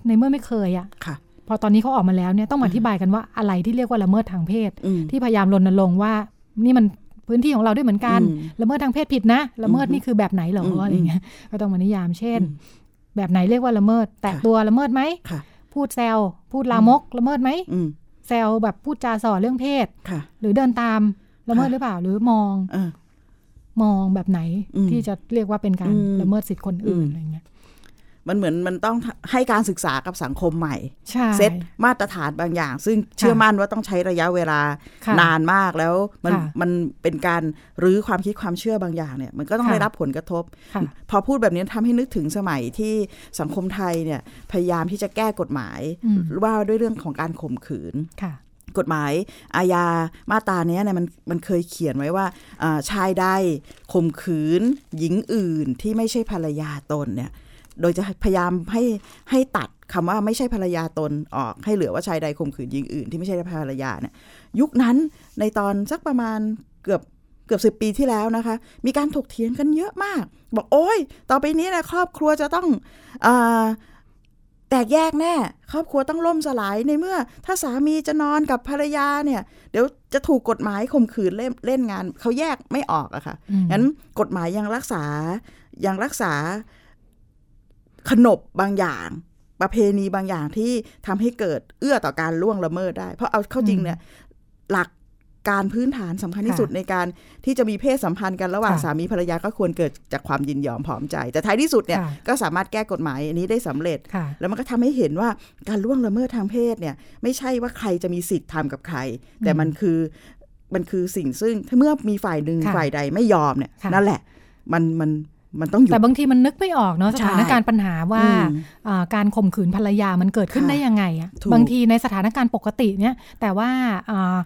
S2: ในเมื่อไม่เคยอะ
S3: ค่ะ
S2: พอตอนนี้เขาออกมาแล้วเนี่ยต้องมาอธิบายกันว่าอะไรที่เรียกว่าละเมิดทางเพศ
S3: อืม
S2: ที่พยายามรณรงค์ว่า นี่มันพื้นที่ของเราด้วยเหมือนกัน
S3: อืม
S2: ละเมิดทางเพศผิดนะ ละเมิด
S3: อืม
S2: นี่คือแบบไหนเหรอ
S3: อืม
S2: อะไรเงี้ยก็ต้องมานิยามเช่น
S3: อืม
S2: แบบไหนเรียกว่าละเมิด แตะ
S3: ค่ะ
S2: ตัวละเมิดไหม
S3: ค่ะ
S2: พูดแซวพูดลามก ละเมิดไหม
S3: อืม
S2: แซวแบบพูดจาส่อเรื่องเพศ
S3: ค่ะ
S2: หรือเดินตามละเมิดห
S3: ค่ะ
S2: รือเปล่า หรือมอง
S3: เออ
S2: มองแบบไหน
S3: อืม
S2: ที่จะเรียกว่าเป็นการ
S3: อืม
S2: ละเมิดสิทธิ์คนอื่น
S3: อืม
S2: อะไรเงี้ย
S3: มันเหมือนมันต้องให้การศึกษากับสังคมใหม่
S2: ใช่
S3: เซตมาตรฐานบางอย่าง ซึ่งเชื่อมั่นว่าต้องใช้ระยะเวลา
S2: ค่ะ
S3: นานมากแล้วมัน
S2: ค่ะ
S3: มันเป็นการรื้อความคิดความเชื่อบางอย่างเนี่ยมันก็ต้อง
S2: ค่ะ
S3: ได้รับผลกระทบ
S2: ค่ะ
S3: พอพูดแบบนี้ทำให้นึกถึงสมัยที่สังคมไทยเนี่ยพยายามที่จะแก้กฎหมาย
S2: อืม
S3: ว่าด้วยเรื่องของการข่มขืน
S2: ค่ะ
S3: กฎหมายอาญามาตราเนี้ยเนี่ยมันมันเคยเขียนไว้ว่าอ่าชายใดข่มขืน หญิงอื่นที่ไม่ใช่ภรรยาตนเนี่ยโดยจะพยายามให้ให้ตัดคำว่าไม่ใช่ภรรยาตนออกให้เหลือว่าชายใดข่มขืนหญิงอื่นที่ไม่ใช่ภรรยาเนี่ยยุคนั้นในตอนสักประมาณเกือบเกือบสิบปีที่แล้วนะคะ มีการถกเถียงกันเยอะมาก บอกโอ้ยต่อไปนี้นะครอบครัวจะต้องอาแตกแยกแน่ ครอบครัวต้องล่มสลายในเมื่อ ถ้าสามีจะนอนกับภรรยาเนี่ย เดี๋ยวจะถูกกฎหมายข่มขืนเล่นเล่นงานเขาแยกไม่ออกอะค่ะ
S2: อืม
S3: งั้นกฎหมายยังรักษายังรักษาขนบบางอย่าง ประเพณีบางอย่างที่ทำให้เกิดเอื้อต่อการล่วงละเมิดได้ เพราะเอาเข้าจริงเนี่ย หลักการพื้นฐานสำคัญที่
S2: ค่ะ
S3: สุดในการที่จะมีเพศสัมพันธ์กันระหว่าง
S2: ค่ะ
S3: สามีภรรยาก็ควรเกิดจากความยินยอมพร้อมใจ แต่ท้ายที่สุดเนี่ย
S2: ค่ะ
S3: ก็สามารถแก้กฎหมายอันนี้ได้สำเร็จ
S2: ค่ะ
S3: แล้วมันก็ทำให้เห็นว่าการล่วงละเมิดทางเพศเนี่ย ไม่ใช่ว่าใครจะมีสิทธิ์ทำกับใคร แต่มันคือมันคือสิ่งซึ่งถ้าเมื่อมีฝ่ายหนึ่ง
S2: ค่ะ
S3: ฝ่ายใดไม่ยอมเนี่ย
S2: ค่ะ
S3: นั่นแหละ มันมันมันต้องหยุด
S2: แต่บางทีมันนึกไม่ออกเนาะส
S3: ใช่
S2: ถานการณ์ปัญหาว่า
S3: อืม
S2: อ่าการข่มขืนภรรยามันเกิดขึ้น
S3: ค่ะ
S2: ได้ยังไงอะ
S3: ถูก
S2: บางทีในสถานการณ์ปกติเนี่ย แต่ว่าอ่า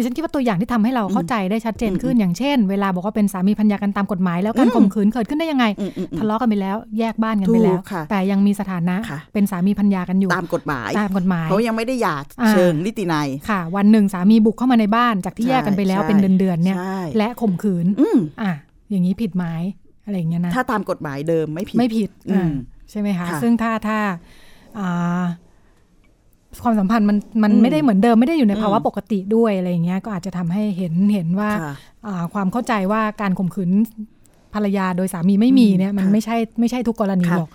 S2: ดิฉันคิดว่าตัวอย่างที่ทำให้เราเข้าใจได้ชัดเจนขึ้นอย่างเช่น เวลาบอกว่าเป็นสามีพันยากันตามกฎหมาย แล้วการ
S3: อืม
S2: ข่มขืนเกิดขึ้นได้ยังไง
S3: อืมอืมอืม
S2: ทะเลาะกันไปแล้วแยกบ้านกันไปแล้ว
S3: ถูกค่ะ
S2: แต่ยังมีสถานะ
S3: ค่ะ
S2: เป็นสามีพันยากันอยู่
S3: ตามกฎหมาย
S2: ตามกฎหมาย
S3: เขายังไม่ได้หย่า
S2: อ่า
S3: เชิงนิตินัย
S2: ค่ะ วันหนึ่งสามีบุกเข้ามาในบ้านจากที่
S3: ใช่
S2: แยกกันไปแล้ว
S3: ใช่
S2: เป็นเดือนๆเนี่ย
S3: ใช่
S2: และข่มขืน
S3: อืม
S2: อ่ะอย่างนี้ผิดไหมอะไรอย่างเงี้ยนะ
S3: ถ้าตามกฎหมายเดิมไม่ผิด
S2: ไม่ผิด
S3: อืม
S2: อ่าใช่ไหมคะ
S3: ค่ะ
S2: ซึ่งถ้าถ้าอ่าความสัมพันธ์มันมัน
S3: อืม
S2: ไม่ได้เหมือนเดิมไม่ได้อยู่ใน
S3: อืม
S2: ภาวะปกติด้วยอะไรอย่างเงี้ยก็อาจจะทำให้เห็นเห็นว่า
S3: ค่ะ
S2: อ่าความเข้าใจว่าการข่มขืนภรรยาโดยสามีไม่มีเนี่ย มัน
S3: ค่ะ
S2: ไม่ใช่ไม่ใช่ทุกกรณี
S3: ค่ะ
S2: หรอก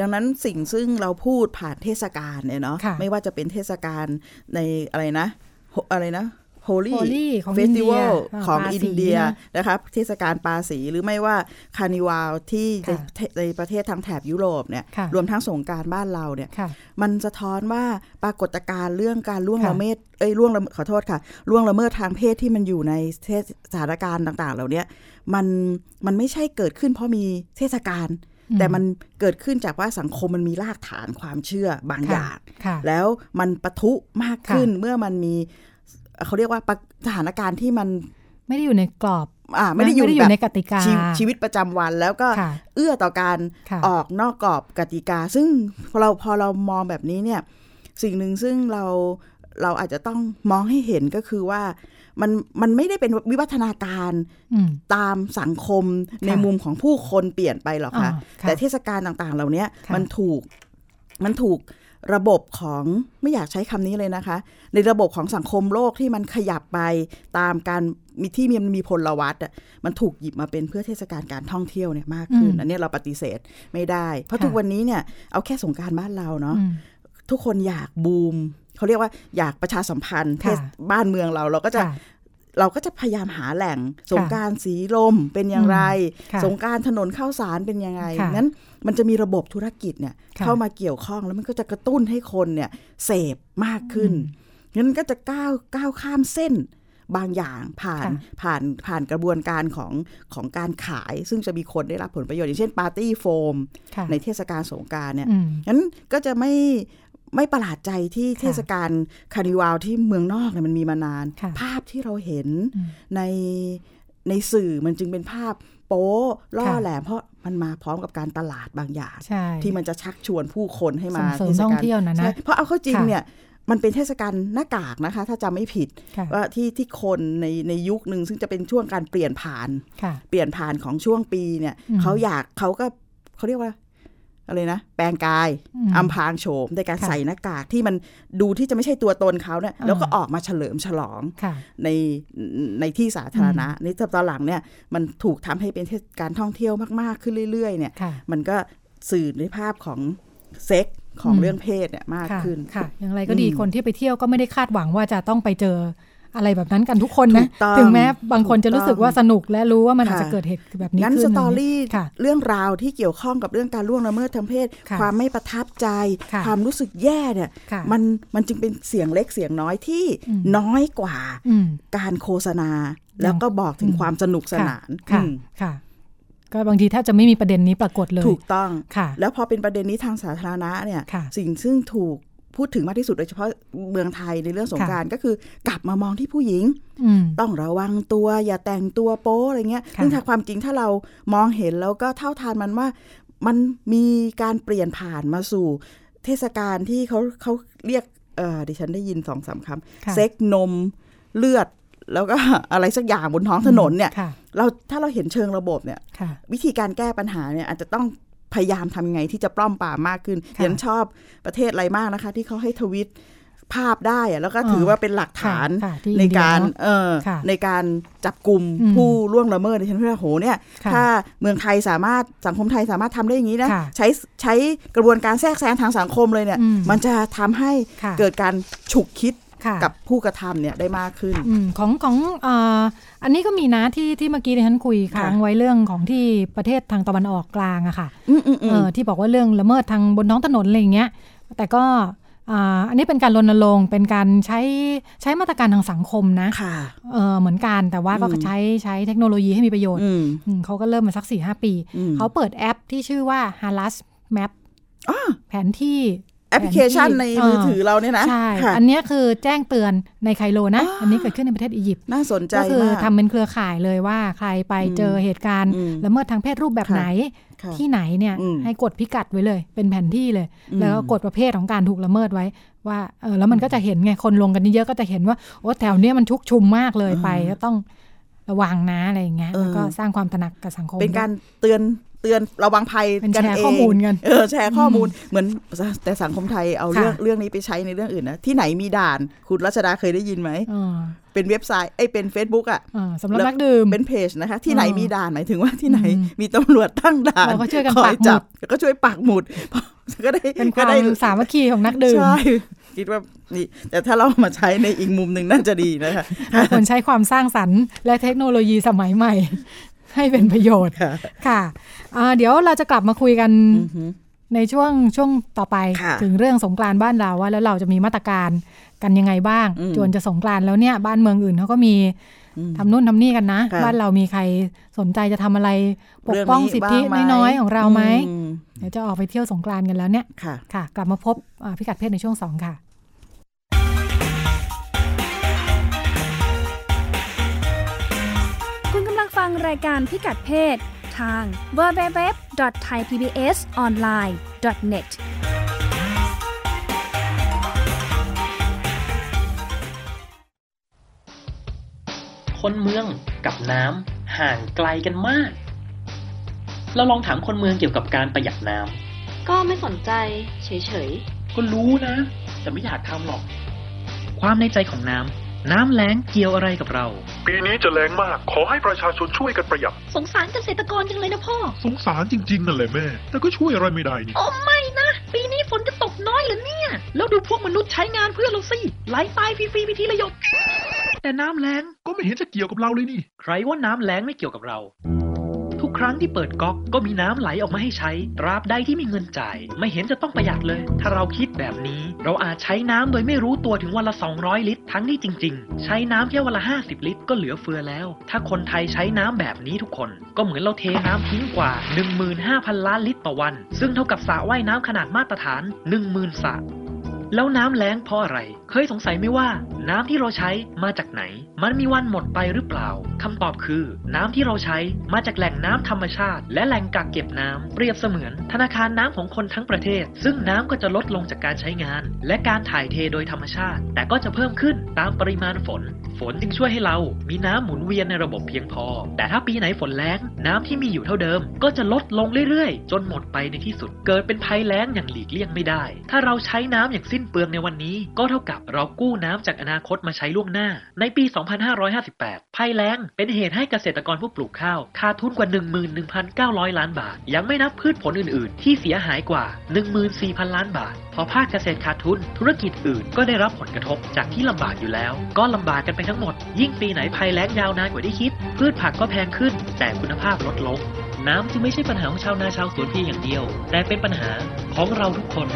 S3: ดังนั้นสิ่งซึ่งเราพูดผ่านเทศกาลเนี่ยเนาะ
S2: ค่ะ
S3: ไม่ว่าจะเป็นเทศกาลในอะไรนะโฮอะไรนะ Holy
S2: โฮลี่ของ
S3: เฟ
S2: อิ
S3: ส
S2: น
S3: ติ
S2: เดีย
S3: วัลของ
S2: ปาสี
S3: อินเดีย
S2: ะ
S3: นะครับเทศกาลปาสีหรือไม่ว่าคานิวาลที่
S2: ค
S3: ใน
S2: ่ะ
S3: ในประเทศทางแถบยุโรปเนี่ย
S2: ค่ะ
S3: รวมทั้งสงกรารบ้านเราเนี่ย
S2: ค่ะ
S3: มันสะท้อนว่าปรากฏการณ์เรื่องการล่วง
S2: ค่ะ
S3: ละเมิดเอ้ยล่วงละเมิดขอโทษค่ะล่วงละเมิดทางเพศที่มันอยู่ในเทศสถานการณ์ต่าง ๆ เหล่าเนี้ยมันมันไม่ใช่เกิดขึ้นเพราะมีเทศกาล
S2: อืม
S3: แต่มันเกิดขึ้นจากว่าสังคมมันมีรากฐานความเชื่อบางอย่าง
S2: ค่ะ
S3: แล้วมันปะทุมากขึ้นเมื่อมันมีเขาเรียกว่าปะสถานการณ์ที่มัน
S2: ไม่ได้อยู่ในกรอบ
S3: อ่าไม่ได้
S2: นะ
S3: อยู่
S2: ไม่ได้อ
S3: แบ
S2: ยู่
S3: บ
S2: ในกติกา
S3: ชีวชีวิตประจำวันแล้วก็
S2: ค่ะ
S3: เอื้อต่อการ
S2: ค่ะ
S3: ออกนอกกรอบกติกา ซึ่งพอเราพอเรามองแบบนี้เนี่ย สิ่งหนึ่งซึ่งเราเราอาจจะต้องมองให้เห็นก็คือว่ามันมันไม่ได้เป็นวิวัฒนาการ
S2: อืม
S3: ตามสังคมใน
S2: ค่ะ
S3: มุมของผู้คนเปลี่ยนไปหรอกค่ะ
S2: อ๋อค่ะ
S3: แต่เทศกาลต่างๆ เหล่าเนี้ย
S2: ค่ะ
S3: มันถูกมันถูกระบบของไม่อยากใช้คำนี้เลยนะคะ ในระบบของสังคมโลกที่มันขยับไปตามการมีที่มีมีพลวัตอะมันถูกหยิบมาเป็นเพื่อเทศกาลการท่องเที่ยวเนี่ยมากขึ้น
S2: อืม
S3: อันเนี้ยเราปฏิเสธไม่ได้ เพราะ
S2: ค่ะ
S3: ทุกวันนี้เนี่ยเอาแค่สงกรารบ้านเราเนาะ
S2: อืม
S3: ทุกคนอยากบูม เขาเรียกว่าอยากประชาสัมพันธ์เท
S2: ค่ะ
S3: ศบ้านเมืองเราเราก็จะ
S2: ค่ะ
S3: เราก็จะพยายามหาแหล่ง สงกรารสีลมเป็นอย่างไร
S2: ค่ะ
S3: สงกรารถนนข้าวสารเป็นยังไง
S2: ค่ะ
S3: นั้นมันจะมีระบบธุรกิจเนี่ย
S2: ค่ะ
S3: เข้ามาเกี่ยวข้องแล้วมันก็จะกระตุ้นให้คนเนี่ยเสพมากขึ้นงั้นก็จะก้าวก้าวข้ามเส้นบางอย่างผ่าน
S2: ค่ะ
S3: ผ่านผ่านกระบวนการของของการขาย ซึ่งจะมีคนได้รับผลประโยชน์อย่างเช่นปาร์ตี้โฟม
S2: ค่ะ
S3: ในเทศกาลสงกรารเนี่ย
S2: อืม
S3: งั้นก็จะไม่ไม่ประหลาดใจที่เทศกาลคาร์นิวาลที่เมืองนอกเนี่ยมันมีมานาน
S2: ค่ะ
S3: ภาพที่เราเห็น
S2: อืม
S3: ในในสื่อมันจึงเป็นภาพโป๊ล่อ
S2: ค่ะ
S3: แหลมเพราะมันมาพร้อมกับการตลาดบางอย่าง
S2: ใช่
S3: ที่มันจะชักชวนผู้คนให้มา
S2: ส่งเสริมท่องเที่ยวนะนะ
S3: ใช่เพราะเอาเข้าจริง
S2: ค่ะ
S3: เนี่ยมันเป็นเทศกาลหน้ากากนะคะ ถ้าจำไม่ผิด
S2: ค่ะ
S3: ว่าที่ที่คนในในยุคหนึ่งซึ่งจะเป็นช่วงการเปลี่ยนผ่าน
S2: ค่ะ
S3: เปลี่ยนผ่านของช่วงปีเนี่ย
S2: อืม
S3: เขาอยากเขาก็ เขาเรียกว่าอะไรนะ แปลงกาย
S2: อืม
S3: อำพรางโฉมในการ
S2: ค่ะ
S3: ใส่หน้ากากที่มันดูที่จะไม่ใช่ตัวตนเขาเนี่ย
S2: อ่า
S3: แล้วก็ออกมาเฉลิมฉลอง
S2: ค่ะ
S3: ในในที่สาธารณะนี่ตอนหลังเนี่ยมันถูกทำให้เป็นเทศการท่องเที่ยวมากๆขึ้นเรื่อยๆเนี่ย
S2: ค่ะ
S3: มันก็สื่อในภาพของเซ็กซ์ของ
S2: อืม
S3: เรื่องเพศเนี่ยมาก
S2: ค่ะ
S3: ขึ้น
S2: ค่ะ อย่างไรก็ดี
S3: อืม
S2: คนที่ไปเที่ยวก็ไม่ได้คาดหวังว่าจะต้องไปเจออะไรแบบนั้นกันทุกคนนะ
S3: ถูกต้อง
S2: ถึงแม้บางคนจะรู้สึกว่าสนุกและรู้ว่ามัน
S3: ค่ะ
S2: อาจจะเกิดเหตุแบบนี้
S3: งั้น
S2: ขึ้น
S3: ส
S2: อะไร
S3: ตอ
S2: เงี้ย
S3: รี่
S2: ค่ะ
S3: เรื่องราวที่เกี่ยวข้องกับเรื่องการล่วงละเมิดทางเพศ
S2: ค่ะ
S3: ความไม่ประทับใจ
S2: ค่ะ
S3: ความรู้สึกแย่เนี่ย
S2: ค่ะ
S3: มันมันจึงเป็นเสียงเล็กเสียงน้อยที่
S2: อืม
S3: น้อยกว่า
S2: อืม
S3: การโฆษณา แล้วก็บอกถึง
S2: อืม
S3: ความสนุกสนาน
S2: ค่ะ
S3: อืม
S2: ค่ะ ก็บางทีแทบจะไม่มีประเด็นนี้ปรากฏเลย
S3: ถูกต้อง
S2: ค่ะ
S3: แล้วพอเป็นประเด็นนี้ทางสาธารณะเนี่ย
S2: ค่ะ
S3: สิ่งซึ่งถูกพูดถึงมากที่สุดโดยเฉพาะเมืองไทยในเรื่องสง
S2: ค่ะ
S3: กรารก็คือกลับมามองที่ผู้หญิง
S2: อืม
S3: ต้องระวังตัวอย่าแต่งตัวโป๊อะไรเงี้ย
S2: ค่ะ
S3: ซึ่งถ้าความจริงถ้าเรามองเห็นแล้วก็เท่าทานมันว่า มันมีการเปลี่ยนผ่านมาสู่ เทศกาลที่เขาเขาเรียกเออดิฉันได้ยินสองสามค
S2: ค่ะ
S3: ำเซ็กนมเลือด แล้วก็ [laughs] อะไรสักอย่างบนท้องถนนเนี่ย
S2: ค่ะ
S3: เราถ้าเราเห็นเชิงระบบเนี่ย
S2: ค่ะ
S3: วิธีการแก้ปัญหาเนี่ยอาจจะต้องพยายามทำยังไงที่จะปล้อมปรามมากขึ้น
S2: ค่ะ
S3: เรียนชอบประเทศอะไรมากนะคะ ที่เขาให้ทวิตภาพได้อะแล้วก็ถือ
S2: เออ
S3: ว่าเป็นหลักฐาน
S2: ค่ะที่
S3: ใน
S2: อิเดีย
S3: การ
S2: เนอะ
S3: เออ
S2: ค่ะ
S3: ในการจับกลุ่ม
S2: อืม
S3: ผู้ล่วงละเมิดดิฉันว่าโหเนี่ย
S2: ค่ะ
S3: ถ้าเมืองไทยสามารถสังคมไทยสามารถทำได้อย่างนี้นะ
S2: ค่ะ
S3: ใช้ใช้กระบวนการแทรกแซงทางสังคมเลยเนี่ย
S2: อืม
S3: มันจะทำให้
S2: ค่ะ
S3: เกิดการฉุกคิด
S2: ค่ะ
S3: กับผู้กระทำเนี่ยได้มากขึ้น
S2: อืมของของเอ่ออันนี้ก็มีนะที่ที่เมื่อกี้ที่ฉันคุย
S3: ค่ะ
S2: ค้างไว้เรื่องของที่ประเทศทางตะวันออกกลางอะค่ะ
S3: อืมอืมอื
S2: เอ
S3: ม
S2: อที่บอกว่าเรื่องละเมิดทางบนท้องถนนอะไรอย่างเงี้ยแต่ก็อ่าอันนี้เป็นการรณรงค์เป็นการใช้ใช้มาตรการทางสังคมนะ
S3: ค่ะ
S2: เออเหมือนกันแต่ว่าก็
S3: อืม
S2: ใช้ใช้เทคโนโลยีให้มีประโยชน์
S3: อืม
S2: อืมเขาก็เริ่มมาสัก4ี่หปี
S3: อืม
S2: เขาเปิดแอปที่ชื่อว่า Halas Map
S3: อ๋อ
S2: แผนที่
S3: แอปพลิเคชันใน
S2: เออ
S3: มือถือเราเนี่ยนะ
S2: ใช่
S3: ค่ะ
S2: อันเนี้ยคือแจ้งเตือนในไคโรนะ
S3: อ๋ออั
S2: อันนี้เกิดขึ้นในประเทศอียิปต์
S3: น่าสนใจ
S2: ก็คือ
S3: มาก
S2: ทำเป็นเครือข่ายเลยว่าใครไปเจอเหตุการณ์
S3: อืม
S2: ละเมิดทางเพศรูปแบบ
S3: ค่ะ
S2: ไหน
S3: ค่ะ
S2: ที่ไหนเนี่ย
S3: อืม
S2: ให้กดพิกัดไว้เลย เป็นแผนที่เลย
S3: อืม
S2: แล้วก็กดประเภทของการถูกละเมิดไว้ ว่าเออแล้วมันก็จะเห็นไงคนลงกันเยอะๆก็จะเห็นว่าโอ้แถวเนี้ยมันชุกชุมมากเลยไปก็ต้องระวังนะอะไรอย่างเงี้ยแล้วก็สร้างความตระหนักกับสังคม
S3: เป็นการเตือนเตือนระวังภัย
S2: เป็น
S3: กัน
S2: แชร์
S3: เอ
S2: ข้อง มูลกัน
S3: เออแชร์ข้อมูลเหมือนแต่สังคมไทยเอา
S2: ค่ะ
S3: เรื่องเรื่องนี้ไปใช้ในเรื่องอื่นนะที่ไหนมีด่าน คุณรัชดาเคยได้ยินไหม
S2: เออ
S3: เป็นเว็บไซต์ไอ้ยเป็น Facebook อ่ะ
S2: เออสำหรับ
S3: แล้ว
S2: นักดื่ม
S3: เป็นเพจนะคะ ที่ไหน
S2: เออ
S3: มีด่านหมายถึงว่าที่ไหน
S2: อืม
S3: มีตำรวจตั้งด่าน
S2: เราก็ช่วยกัน
S3: คอย
S2: ปักหมุด
S3: จับแล้วก็ช่วยปักหมุด [laughs] ก็ได้
S2: เป็นค
S3: ก็
S2: วาม
S3: ได้
S2: สามัคคีของนักดื่ม
S3: ใช่คิดว่านี่แต่ถ้าเรามาใช้ในอีกมุมหนึ่งน่าจะดีนะคะ
S2: ควรใช้ความสร้างสรรค์ และเทคโนโลยีสมัยใหม่ [laughs] ให้เป็นประโยชน์
S3: ค่ะ
S2: ค่ะอ่าเดี๋ยวเราจะกลับมาคุยกัน
S3: อือฮึ
S2: ในช่วงช่วงต่อไป
S3: ค่ะ
S2: ถึงเรื่องสงกรานต์บ้านเราว่า แล้วเราจะมีมาตรการกันยังไงบ้าง
S3: อืม
S2: จวนจะสงกรานต์แล้วเนี่ยบ้านเมืองอื่นเขาก็มี
S3: อืม
S2: ทำนู่นทำนี่กันนะ
S3: ค่ะ
S2: บ้านเรามีใครสนใจจะทำอะไรปก
S3: เรื่
S2: ป้อง
S3: นี้
S2: สิทธิ
S3: บ้าไหม
S2: น้อยๆของเราไหม
S3: อื
S2: เดี๋ยวจะออกไปเที่ยวสงกรานต์กันแล้วเนี่ย
S3: ค่ะ
S2: ค่ะ กลับมาพบอ่าพิกัดเพศในช่วงสองค่ะ
S1: คุณกำลังฟังรายการพิกัดเพศ ทาง www.thaipbsonline.net
S4: คนเมืองกับน้ำห่างไกลกันมาก เราลองถามคนเมืองเกี่ยวกับการประหยัดน้
S5: ก็ไม่สนใจ เฉย
S4: ำก็รู้นะ แต่ไม่อยากทำหรอก ความในใจของน้ำน้ำแล้งเกี่ยวอะไรกับเรา
S6: ปีนี้จะแรงมาก ขอให้ประชาชนช่วยกันประหยัด
S5: ๆ สงสารเกษตรกรจังเลยนะพ่อ
S6: สงสารจริง ๆ นั่นแหละแม่ แต่ก็ช่วยอะไรไม่ได้นี่
S5: โอ้ไม่นะ ปีนี้ฝนจะตกน้อยเหรอเนี่ย
S4: แล้วดูพวกมนุษย์ใช้งานเพื่อเราสิไหลตายฟรีๆไปทีละหยดแต่น้ำแล้ง
S6: ก็ไม่เห็นจะเกี่ยวกับเราเลยนี่
S4: ใครว่าน้ำแล้งไม่เกี่ยวกับเรา ทุกครั้งที่เปิดก๊อกก็มีน้ำไหลออกมาให้ใช้ ตราบใดที่มีเงินจ่าย ไม่เห็นจะต้องประหยัดเลย ถ้าเราคิดแบบนี้ เราอาจใช้น้ำโดยไม่รู้ตัวถึงวันละ 200 ลิตร ทั้งที่จริง ๆ ใช้น้ำแค่วันละ 50 ลิตร ก็เหลือเฟือแล้ว ถ้าคนไทยใช้น้ำแบบนี้ทุกคน ก็เหมือนเราเทน้ำทิ้งกว่า 15,000 ล้านลิตรต่อวัน ซึ่งเท่ากับสระว่ายน้ำขนาดมาตรฐาน 10,000สระ แล้วน้ำแล้งเพราะอะไร เคยสงสัยไหมว่า น้ำที่เราใช้มาจากไหน มันมีวันหมดไปหรือเปล่าคำตอบคือ น้ำที่เราใช้มาจากแหล่งน้ำธรรมชาติ และแหล่งกักเก็บน้ำเปรียบเสมือน ธนาคารน้ำของคนทั้งประเทศ ซึ่งน้ำก็จะลดลงจากการใช้งาน และการถ่ายเทโดยธรรมชาติ แต่ก็จะเพิ่มขึ้นตามปริมาณฝน ฝนจึงช่วยให้เรา มีน้ำหมุนเวียนในระบบเพียงพอ แต่ถ้าปีไหนฝนแล้ง น้ำที่มีอยู่เท่าเดิม ก็จะลดลงเรื่อยๆ จนหมดไปในที่สุด เกิดเป็นภัยแล้งอย่างหลีกเลี่ยงไม่ได้ ถ้าเราใช้น้ำอย่างสิ้นเปลืองในวันนี้ ก็เท่ากับเรากู้น้ำจากอนาคตมาใช้ล่วงหน้า ในปี 2558 ภัยแล้งเป็นเหตุให้เกษตรกรผู้ปลูกข้าวขาดทุนกว่า 11,900 ล้านบาท ยังไม่นับพืชผลอื่นๆ ที่เสียหายกว่า 14,000 ล้านบาท พอภาคเกษตรขาดทุน ธุรกิจอื่นก็ได้รับผลกระทบจากที่ลำบากอยู่แล้ว ก็ลำบากกันไปทั้งหมด ยิ่งปีไหนภัยแล้งยาวนานกว่าที่คิด พืชผักก็แพงขึ้น แต่คุณภาพลดลง น้ำจึงไม่ใช่ปัญหาของชาวนาชาวสวนเพียงอย่างเดียว แต่เป็นปัญหาของเราทุกคน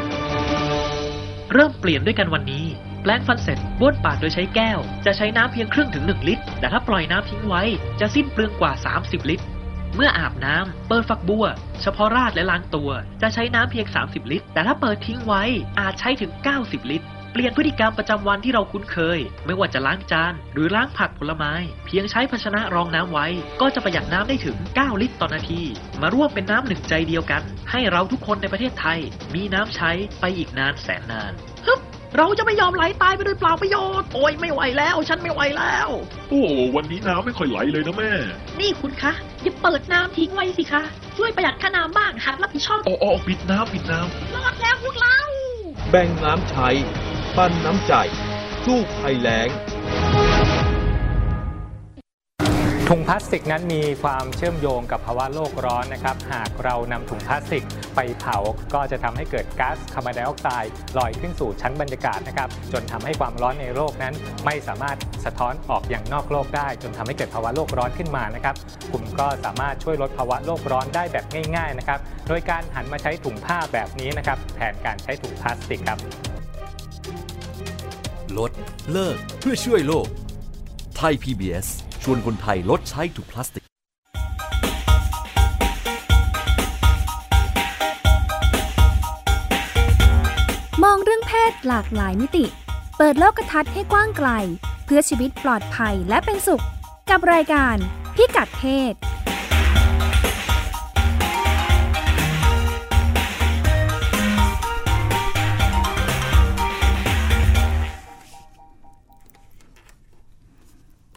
S4: เริ่มเปลี่ยนด้วยกันวันนี้ แปลงฟันเสร็จบ้วนปากโดยใช้แก้ว จะใช้น้ำเพียงครึ่งถึง 1 ลิตร แต่ถ้าปล่อยน้ำทิ้งไว้ จะสิ้นเปลืองกว่า 30 ลิตร เมื่ออาบน้ำเปิดฝักบัว เฉพาะราดและล้างตัว จะใช้น้ำเพียง 30 ลิตร แต่ถ้าเปิดทิ้งไว้อาจใช้ถึง 90 ลิตร เปลี่ยนพฤติกรรมประจำวันที่เราคุ้นเคย ไม่ว่าจะล้างจาน หรือล้างผักผลไม้ เพียงใช้ภาชนะรองน้ำไว้ ก็จะประหยัดน้ำได้ถึง 9 ลิตรต่อนาที มาร่วมเป็นน้ำหนึ่งใจเดียวกัน ให้เราทุกคนในประเทศไทย มีน้ำใช้ไปอีกนานแสนนานฮึบเราจะไม่ยอมไหลตายไปโดยเปล่าประโยชน์โอ้ยไม่ไหวแล้ว ฉันไม่ไหวแล้ว
S6: โอ้วันนี้น้ำไม่ค่อยไหลเลยนะแม่
S5: นี่คุณคะ อย่าเปิดน้ำทิ้งไว้สิคะ ช่วยประหยัดค่าน้ำบ้างหักรับผิดชอบ
S6: อ๋ออ๋อปิดน้ำปิดน้
S5: รอดแล้วพวกเรา
S7: แบ่งน้ำใช้ปันน้ำใจ สู้ภัยแล้ง
S8: ถุงพลาสติกนั้นมีความเชื่อมโยงกับภาวะโลกร้อนนะครับ หากเรานำถุงพลาสติกไปเผา ก็จะทำให้เกิดก๊าซคาร์บอนไดออกไซด์ลอยขึ้นสู่ชั้นบรรยากาศนะครับ จนทำให้ความร้อนในโลกนั้น ไม่สามารถสะท้อนออกอย่างนอกโลกได้ จนทำให้เกิดภาวะโลกร้อนขึ้นมานะครับกลุ่มก็สามารถช่วยลดภาวะโลกร้อนได้แบบง่ายๆนะครับ โดยการหันมาใช้ถุงผ้าแบบนี้นะครับแทนการใช้ถุงพลาสติกครับ
S7: ลด เลิก เพื่อช่วยโลก ไทย PBS ชวนคนไทยลดใช้ถุงพลาสติก
S1: มองเรื่องเพศหลากหลายมิติ เปิดโลกทัศน์ให้กว้างไกล เพื่อชีวิตปลอดภัยและเป็นสุข กับรายการพิกัดเพศ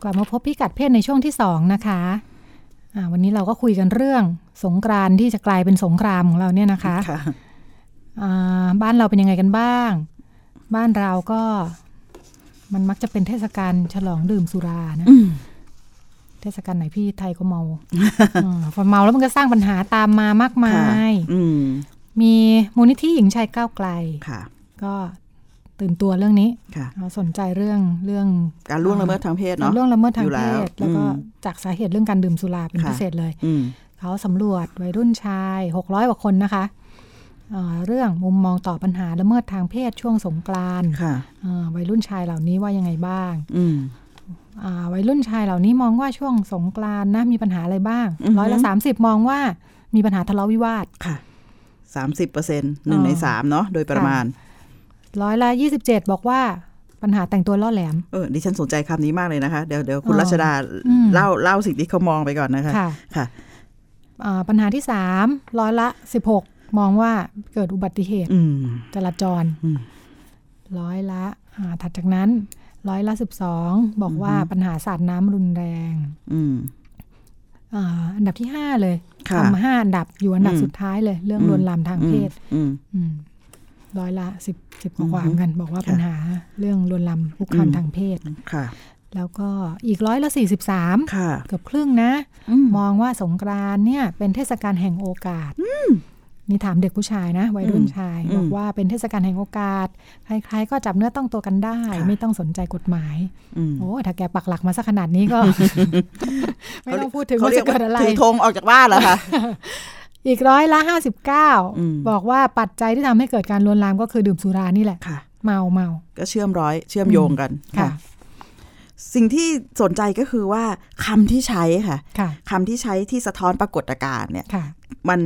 S2: กลับมาพบพิกัดเพศในช่วงที่สองนะคะอ่าวันนี้เราก็คุยกันเรื่องสงกรานต์ที่จะกลายเป็นสงครามของเราเนี่ยนะคะ
S3: ำค่ะ
S2: อ่าบ้านเราเป็นยังไงกันบ้าง บ้านเราก็มันมักจะเป็นเทศกาลฉลองดื่มสุรานะ
S3: อืม
S2: เทศกาลไหนพี่ไทยก็
S3: [laughs]
S2: เมาเออพอเมาแล้วมันก็สร้างปัญหาตามมามากมาย
S3: อืม
S2: มีมูลนิธิหญิงชายก้าวไกล
S3: ค่ะ
S2: ก็ตื่นตัวเรื่องนี้
S3: ค่ะ
S2: เราสนใจเรื่อง เรื่อง
S3: การล่วงละเมิดทางเพศเนาะ
S2: เรื่องละเมิดทาง
S3: อยู่
S2: เพ
S3: แล้ว
S2: ศแล้วก็
S3: อืม
S2: จากสาเหตุเรื่องการดื่มสุราเป็น
S3: ค่ะ
S2: พิเศษเลย
S3: อืม
S2: เขาสำรวจวัยรุ่นชาย 600 กว่าคนนะคะเอ่อเรื่องมุมมองต่อปัญหาละเมิดทางเพศช่วงสงกรานต์
S3: ค่ะ
S2: เอ่อวัยรุ่นชายเหล่านี้ว่ายังไงบ้าง
S3: อืม
S2: อ่าวัยรุ่นชายเหล่านี้มองว่าช่วงสงกรานต์นะมีปัญหาอะไรบ้าง
S3: อือฮึ
S2: ร้อยละ30 มองว่ามีปัญหาทะเลาะวิวาท
S3: ค่ะสามสิบเปอร์เซ็นต์หนึ่งในสามเนาะโดยประมาณ
S2: ร้อยละ 27 บอกว่าปัญหาแต่งตัวล่อแหลม
S3: เออดิฉันสนใจคำนี้มากเลยนะคะ เดี๋ยวเดี๋ยวคุณ
S2: อ๋อ
S3: รัชดา
S2: อืม
S3: เล่าเล่าสิ่งที่เขามองไปก่อนนะคะ
S2: ค่ะ
S3: ค่ะ
S2: อ่าปัญหาที่ 3 ร้อยละ 16 มองว่าเกิดอุบัติเหตุ
S3: อืม
S2: จราจร
S3: อืม
S2: ร้อยละอ่าถัดจากนั้นร้อยละ 12 บอกว่า
S3: อือฮึ
S2: ปัญหาสาดน้ำรุนแรง
S3: อืม
S2: อ่าอันดับที่ 5 เลย
S3: ค่ะ
S2: ทำห้าอันดับอยู่อันดับ
S3: อืม
S2: สุดท้ายเลย เรื่องลวนลามทางเพศ
S3: อืม
S2: อืมร้อยละ 10 10ก
S3: อื
S2: ว่า
S3: อ
S2: กว่าเห
S3: ฮึ
S2: มือนกัน บอกว่า
S3: ค่ะ
S2: ปัญหาเรื่องลวนลามคุกคาม
S3: อืม
S2: ทางเพศ
S3: ค่ะ
S2: แล้วก็อีกร้อยละ 43
S3: ค่ะ
S2: เกือบครึ่งนะ มองว่าสงกรานต์เนี่ยเป็นเทศกาลแห่งโอกาสนี่ถามเด็กผู้ชายนะ วัยรุ่นชายบอกว่าเป็นเทศกาลแห่งโอกาส ใครๆก็จับเนื้อต้องตัวกันได้ ไม่ต้องสนใจกฎหมาย
S3: อืม
S2: โอ้ถ้าแกปักหลักมาสักขนาดนี้ก็ ไม่ต้องพูดถึง
S3: ข
S2: ว่า
S3: รีย
S2: จะเกิดอะไร
S3: ถือธงออกจากบ้านเหรอคะ
S2: อีกร้อยละห้าสิบเก้า
S3: อืม
S2: บอกว่าปัจจัยที่ทำให้เกิดการลวนลามก็คือดื่มสุรานี่แหละ
S3: ค่ะ
S2: เมาเมา
S3: ก็เชื่อมร้อยเชื่อมโยงกัน
S2: ค่ะ
S3: สิ่งที่สนใจก็คือว่าคำที่ใช้ค่ะ
S2: ค่ะ
S3: คำที่ใช้ที่สะท้อนปรากฏการณ์เนี่ย
S2: ค่ะ
S3: มัน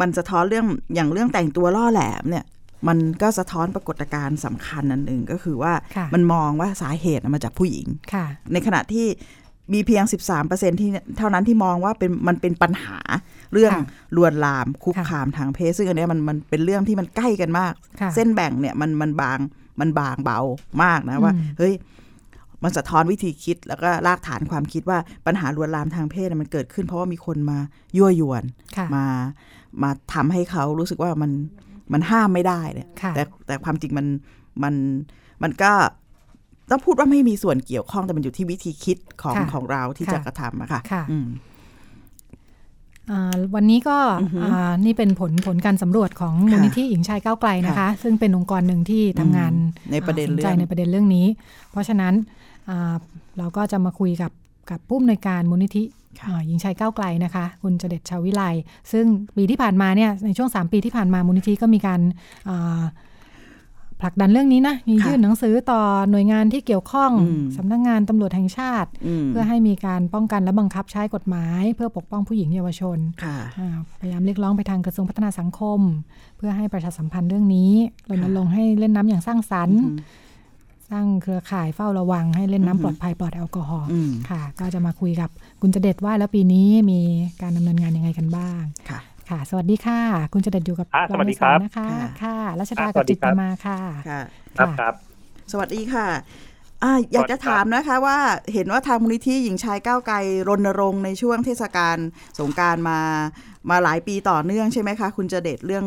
S3: มันสะท้อนเรื่องอย่างเรื่องแต่งตัวล่อแหลมเนี่ย มันก็สะท้อนปรากฏการณ์สำคัญอันหนึ่งก็คือว่า
S2: ค่ะ
S3: มันมองว่าสาเหตุน่ะมาจากผู้หญิง
S2: ค่ะ
S3: ในขณะที่มีเพียง 13%ที่เท่านั้นที่มองว่าเป็นมันเป็นปัญหาเรื่อง
S2: ค่ะ
S3: ลวนลามคุก
S2: ค่ะ
S3: คามทางเพศซึ่งอันเนี้ยมันมันเป็นเรื่องที่มันใกล้กันมาก
S2: ค่ะ
S3: เส้นแบ่งเนี่ยมันมันบางมันบางเบามากนะว่า
S2: อืม
S3: เฮ้ยมันสะท้อนวิธีคิดแล้วก็รากฐานความคิดว่าปัญหาลวนลามทางเพศเนี่ยมันเกิดขึ้น เพราะว่ามีคนมายั่วยวน
S2: ค่ะ
S3: มามาทำให้เขารู้สึกว่ามันมันห้ามไม่ได้เนี่ย
S2: ค่ะ
S3: แต่แต่ความจริงมันมันมันก็ต้องพูดว่าไม่มีส่วนเกี่ยวข้องแต่มันอยู่ที่วิธีคิดของ
S2: ค่ะ
S3: ของเราที่จะ
S2: ค่ะ
S3: กระทำอะค่ะ
S2: ค่ะ
S3: อืม
S2: อ่าวันนี้ก็
S3: อือฮึ
S2: อ่านี่เป็นผลผลการสำรวจของมู
S3: ค่ะ
S2: ลนิธิหญิงชายก้าวไกลนะคะ ซึ่งเป็นองค์กรหนึ่งที่ทำงาน
S3: อืมในประเด็น
S2: อ่าสใจ
S3: เรื่อง
S2: ในประเด็นเรื่องนี้ เพราะฉะนั้นอ่าเราก็จะมาคุยกับกับผู้อำนวยการมูลนิธิอ่าหญิงชายก้าวไกลนะคะ คุณเจเดตชาววิไลซึ่งปีที่ผ่านมาเนี่ยในช่วง 3 ปีที่ผ่านมามูลนิธิก็มีการอ่าผลักดันเรื่องนี้นะมี
S3: ค่ะ
S2: ยื่นหนังสือต่อหน่วยงานที่เกี่ยวข้อง
S3: อืม
S2: สำนักงานตำรวจแห่งชาติ
S3: อืม
S2: เพื่อให้มีการป้องกันและบังคับใช้กฎหมาย เพื่อปกป้องผู้หญิงเยาวชน
S3: ค่ะ
S2: อ่าพยายามเรียกร้องไปทางกระทรวงพัฒนาสังคม เพื่อให้ประชาสัมพันธ์เรื่องนี้รณรงค์ให้เล่นน้ำอย่างสร้างสรรค์ สร้างเครือข่ายเฝ้าระวัง ให้เล่น
S3: อือฮึ
S2: น้ำปลอดภัยปลอดแอลกอฮอล์
S3: อืม
S2: ค่ะ ก็จะมาคุยกับคุณเจเด็ดว่าแล้วปีนี้มีการดำเนินงานยังไงกันบ้าง
S3: ค่ะ
S2: ค่ะ สวัสดีค่ะ คุณเจเด็ดอยู่กับ
S9: อ่า
S2: เา
S9: สวัสดี
S2: ในาย
S9: ครับ
S2: นะคะ
S3: ค่ะ
S2: ค่ะรัชดา
S9: อ่า
S2: กับ
S9: สวัสดี
S2: จิต
S9: ครั
S2: ต
S9: บ
S2: มาค่ะ
S3: ค่ะ
S9: ครับ
S2: ะ
S9: ครับ
S3: สวัสดีค่ะอ่าอยากจะ
S9: สวัสดีครับ
S3: ถามนะคะว่าเห็นว่าทางมูลนิธิหญิงชายก้าวไกลรณรงค์ในช่วงเทศกาลสงกรารมามาหลายปีต่อเนื่องใช่ไหมคะ คุณเจเดชเรื่อง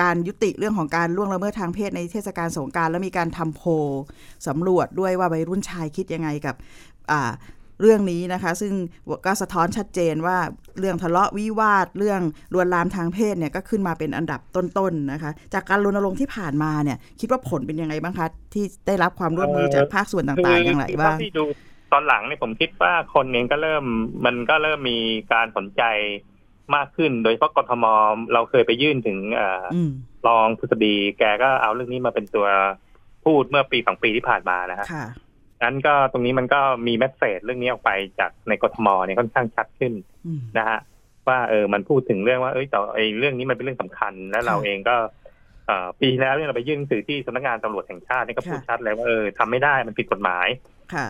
S3: การยุติเรื่องของการล่วงละเมิดทางเพศในเทศกาลสงกรารแล้วมีการทำโพลสำรวจด้วยว่าวัยรุ่นชายคิดยังไงกับอ่าเรื่องนี้นะคะ ซึ่งก็สะท้อนชัดเจนว่าเรื่องทะเลาะวิวาท เรื่องลวนลามทางเพศเนี่ยก็ขึ้นมาเป็นอันดับต้นๆนะคะ จากการรณรงค์ที่ผ่านมาเนี่ยคิดว่าผลเป็นยังไงบ้างคะที่ได้รับความร่วมมือจากภาคส่วนต่างๆ อย่างไรบ้าง
S9: คือเท่ที่ดูตอนหลังเนี่ยผมคิดว่าคนเองก็เริ่มมันก็เริ่มมีการสนใจมากขึ้น โดยเฉพาะกทมเราเคยไปยื่นถึงเอ่ออ
S3: อืม
S9: รองพฤษฎีแกก็เอาเรื่องนี้มาเป็นตัวพูดเมื่อปีสองปีที่ผ่านมานะฮะ
S3: ค่ะ
S9: นั้นก็ตรงนี้มันก็มีแมสเซจเรื่องนี้ออกไปจากในกทมเนี่ยค่อนข้างชัดขึ้น
S3: อืม
S9: นะฮะว่าเออมันพูดถึงเรื่องว่าเอ้ยแต่ไอ้เรื่องนี้มันเป็นเรื่องสำคัญ และเรา
S3: ค่ะ
S9: เองก็เอ่อปีที่แล้วเนี่ยเราไปยื่นหนังสือที่สำนักงานตำรวจแห่งชาตินี่ก็
S3: ค่ะ
S9: พูดชัดเลยว่าเออทำไม่ได้มันผิดกฎหมาย
S3: ค่ะ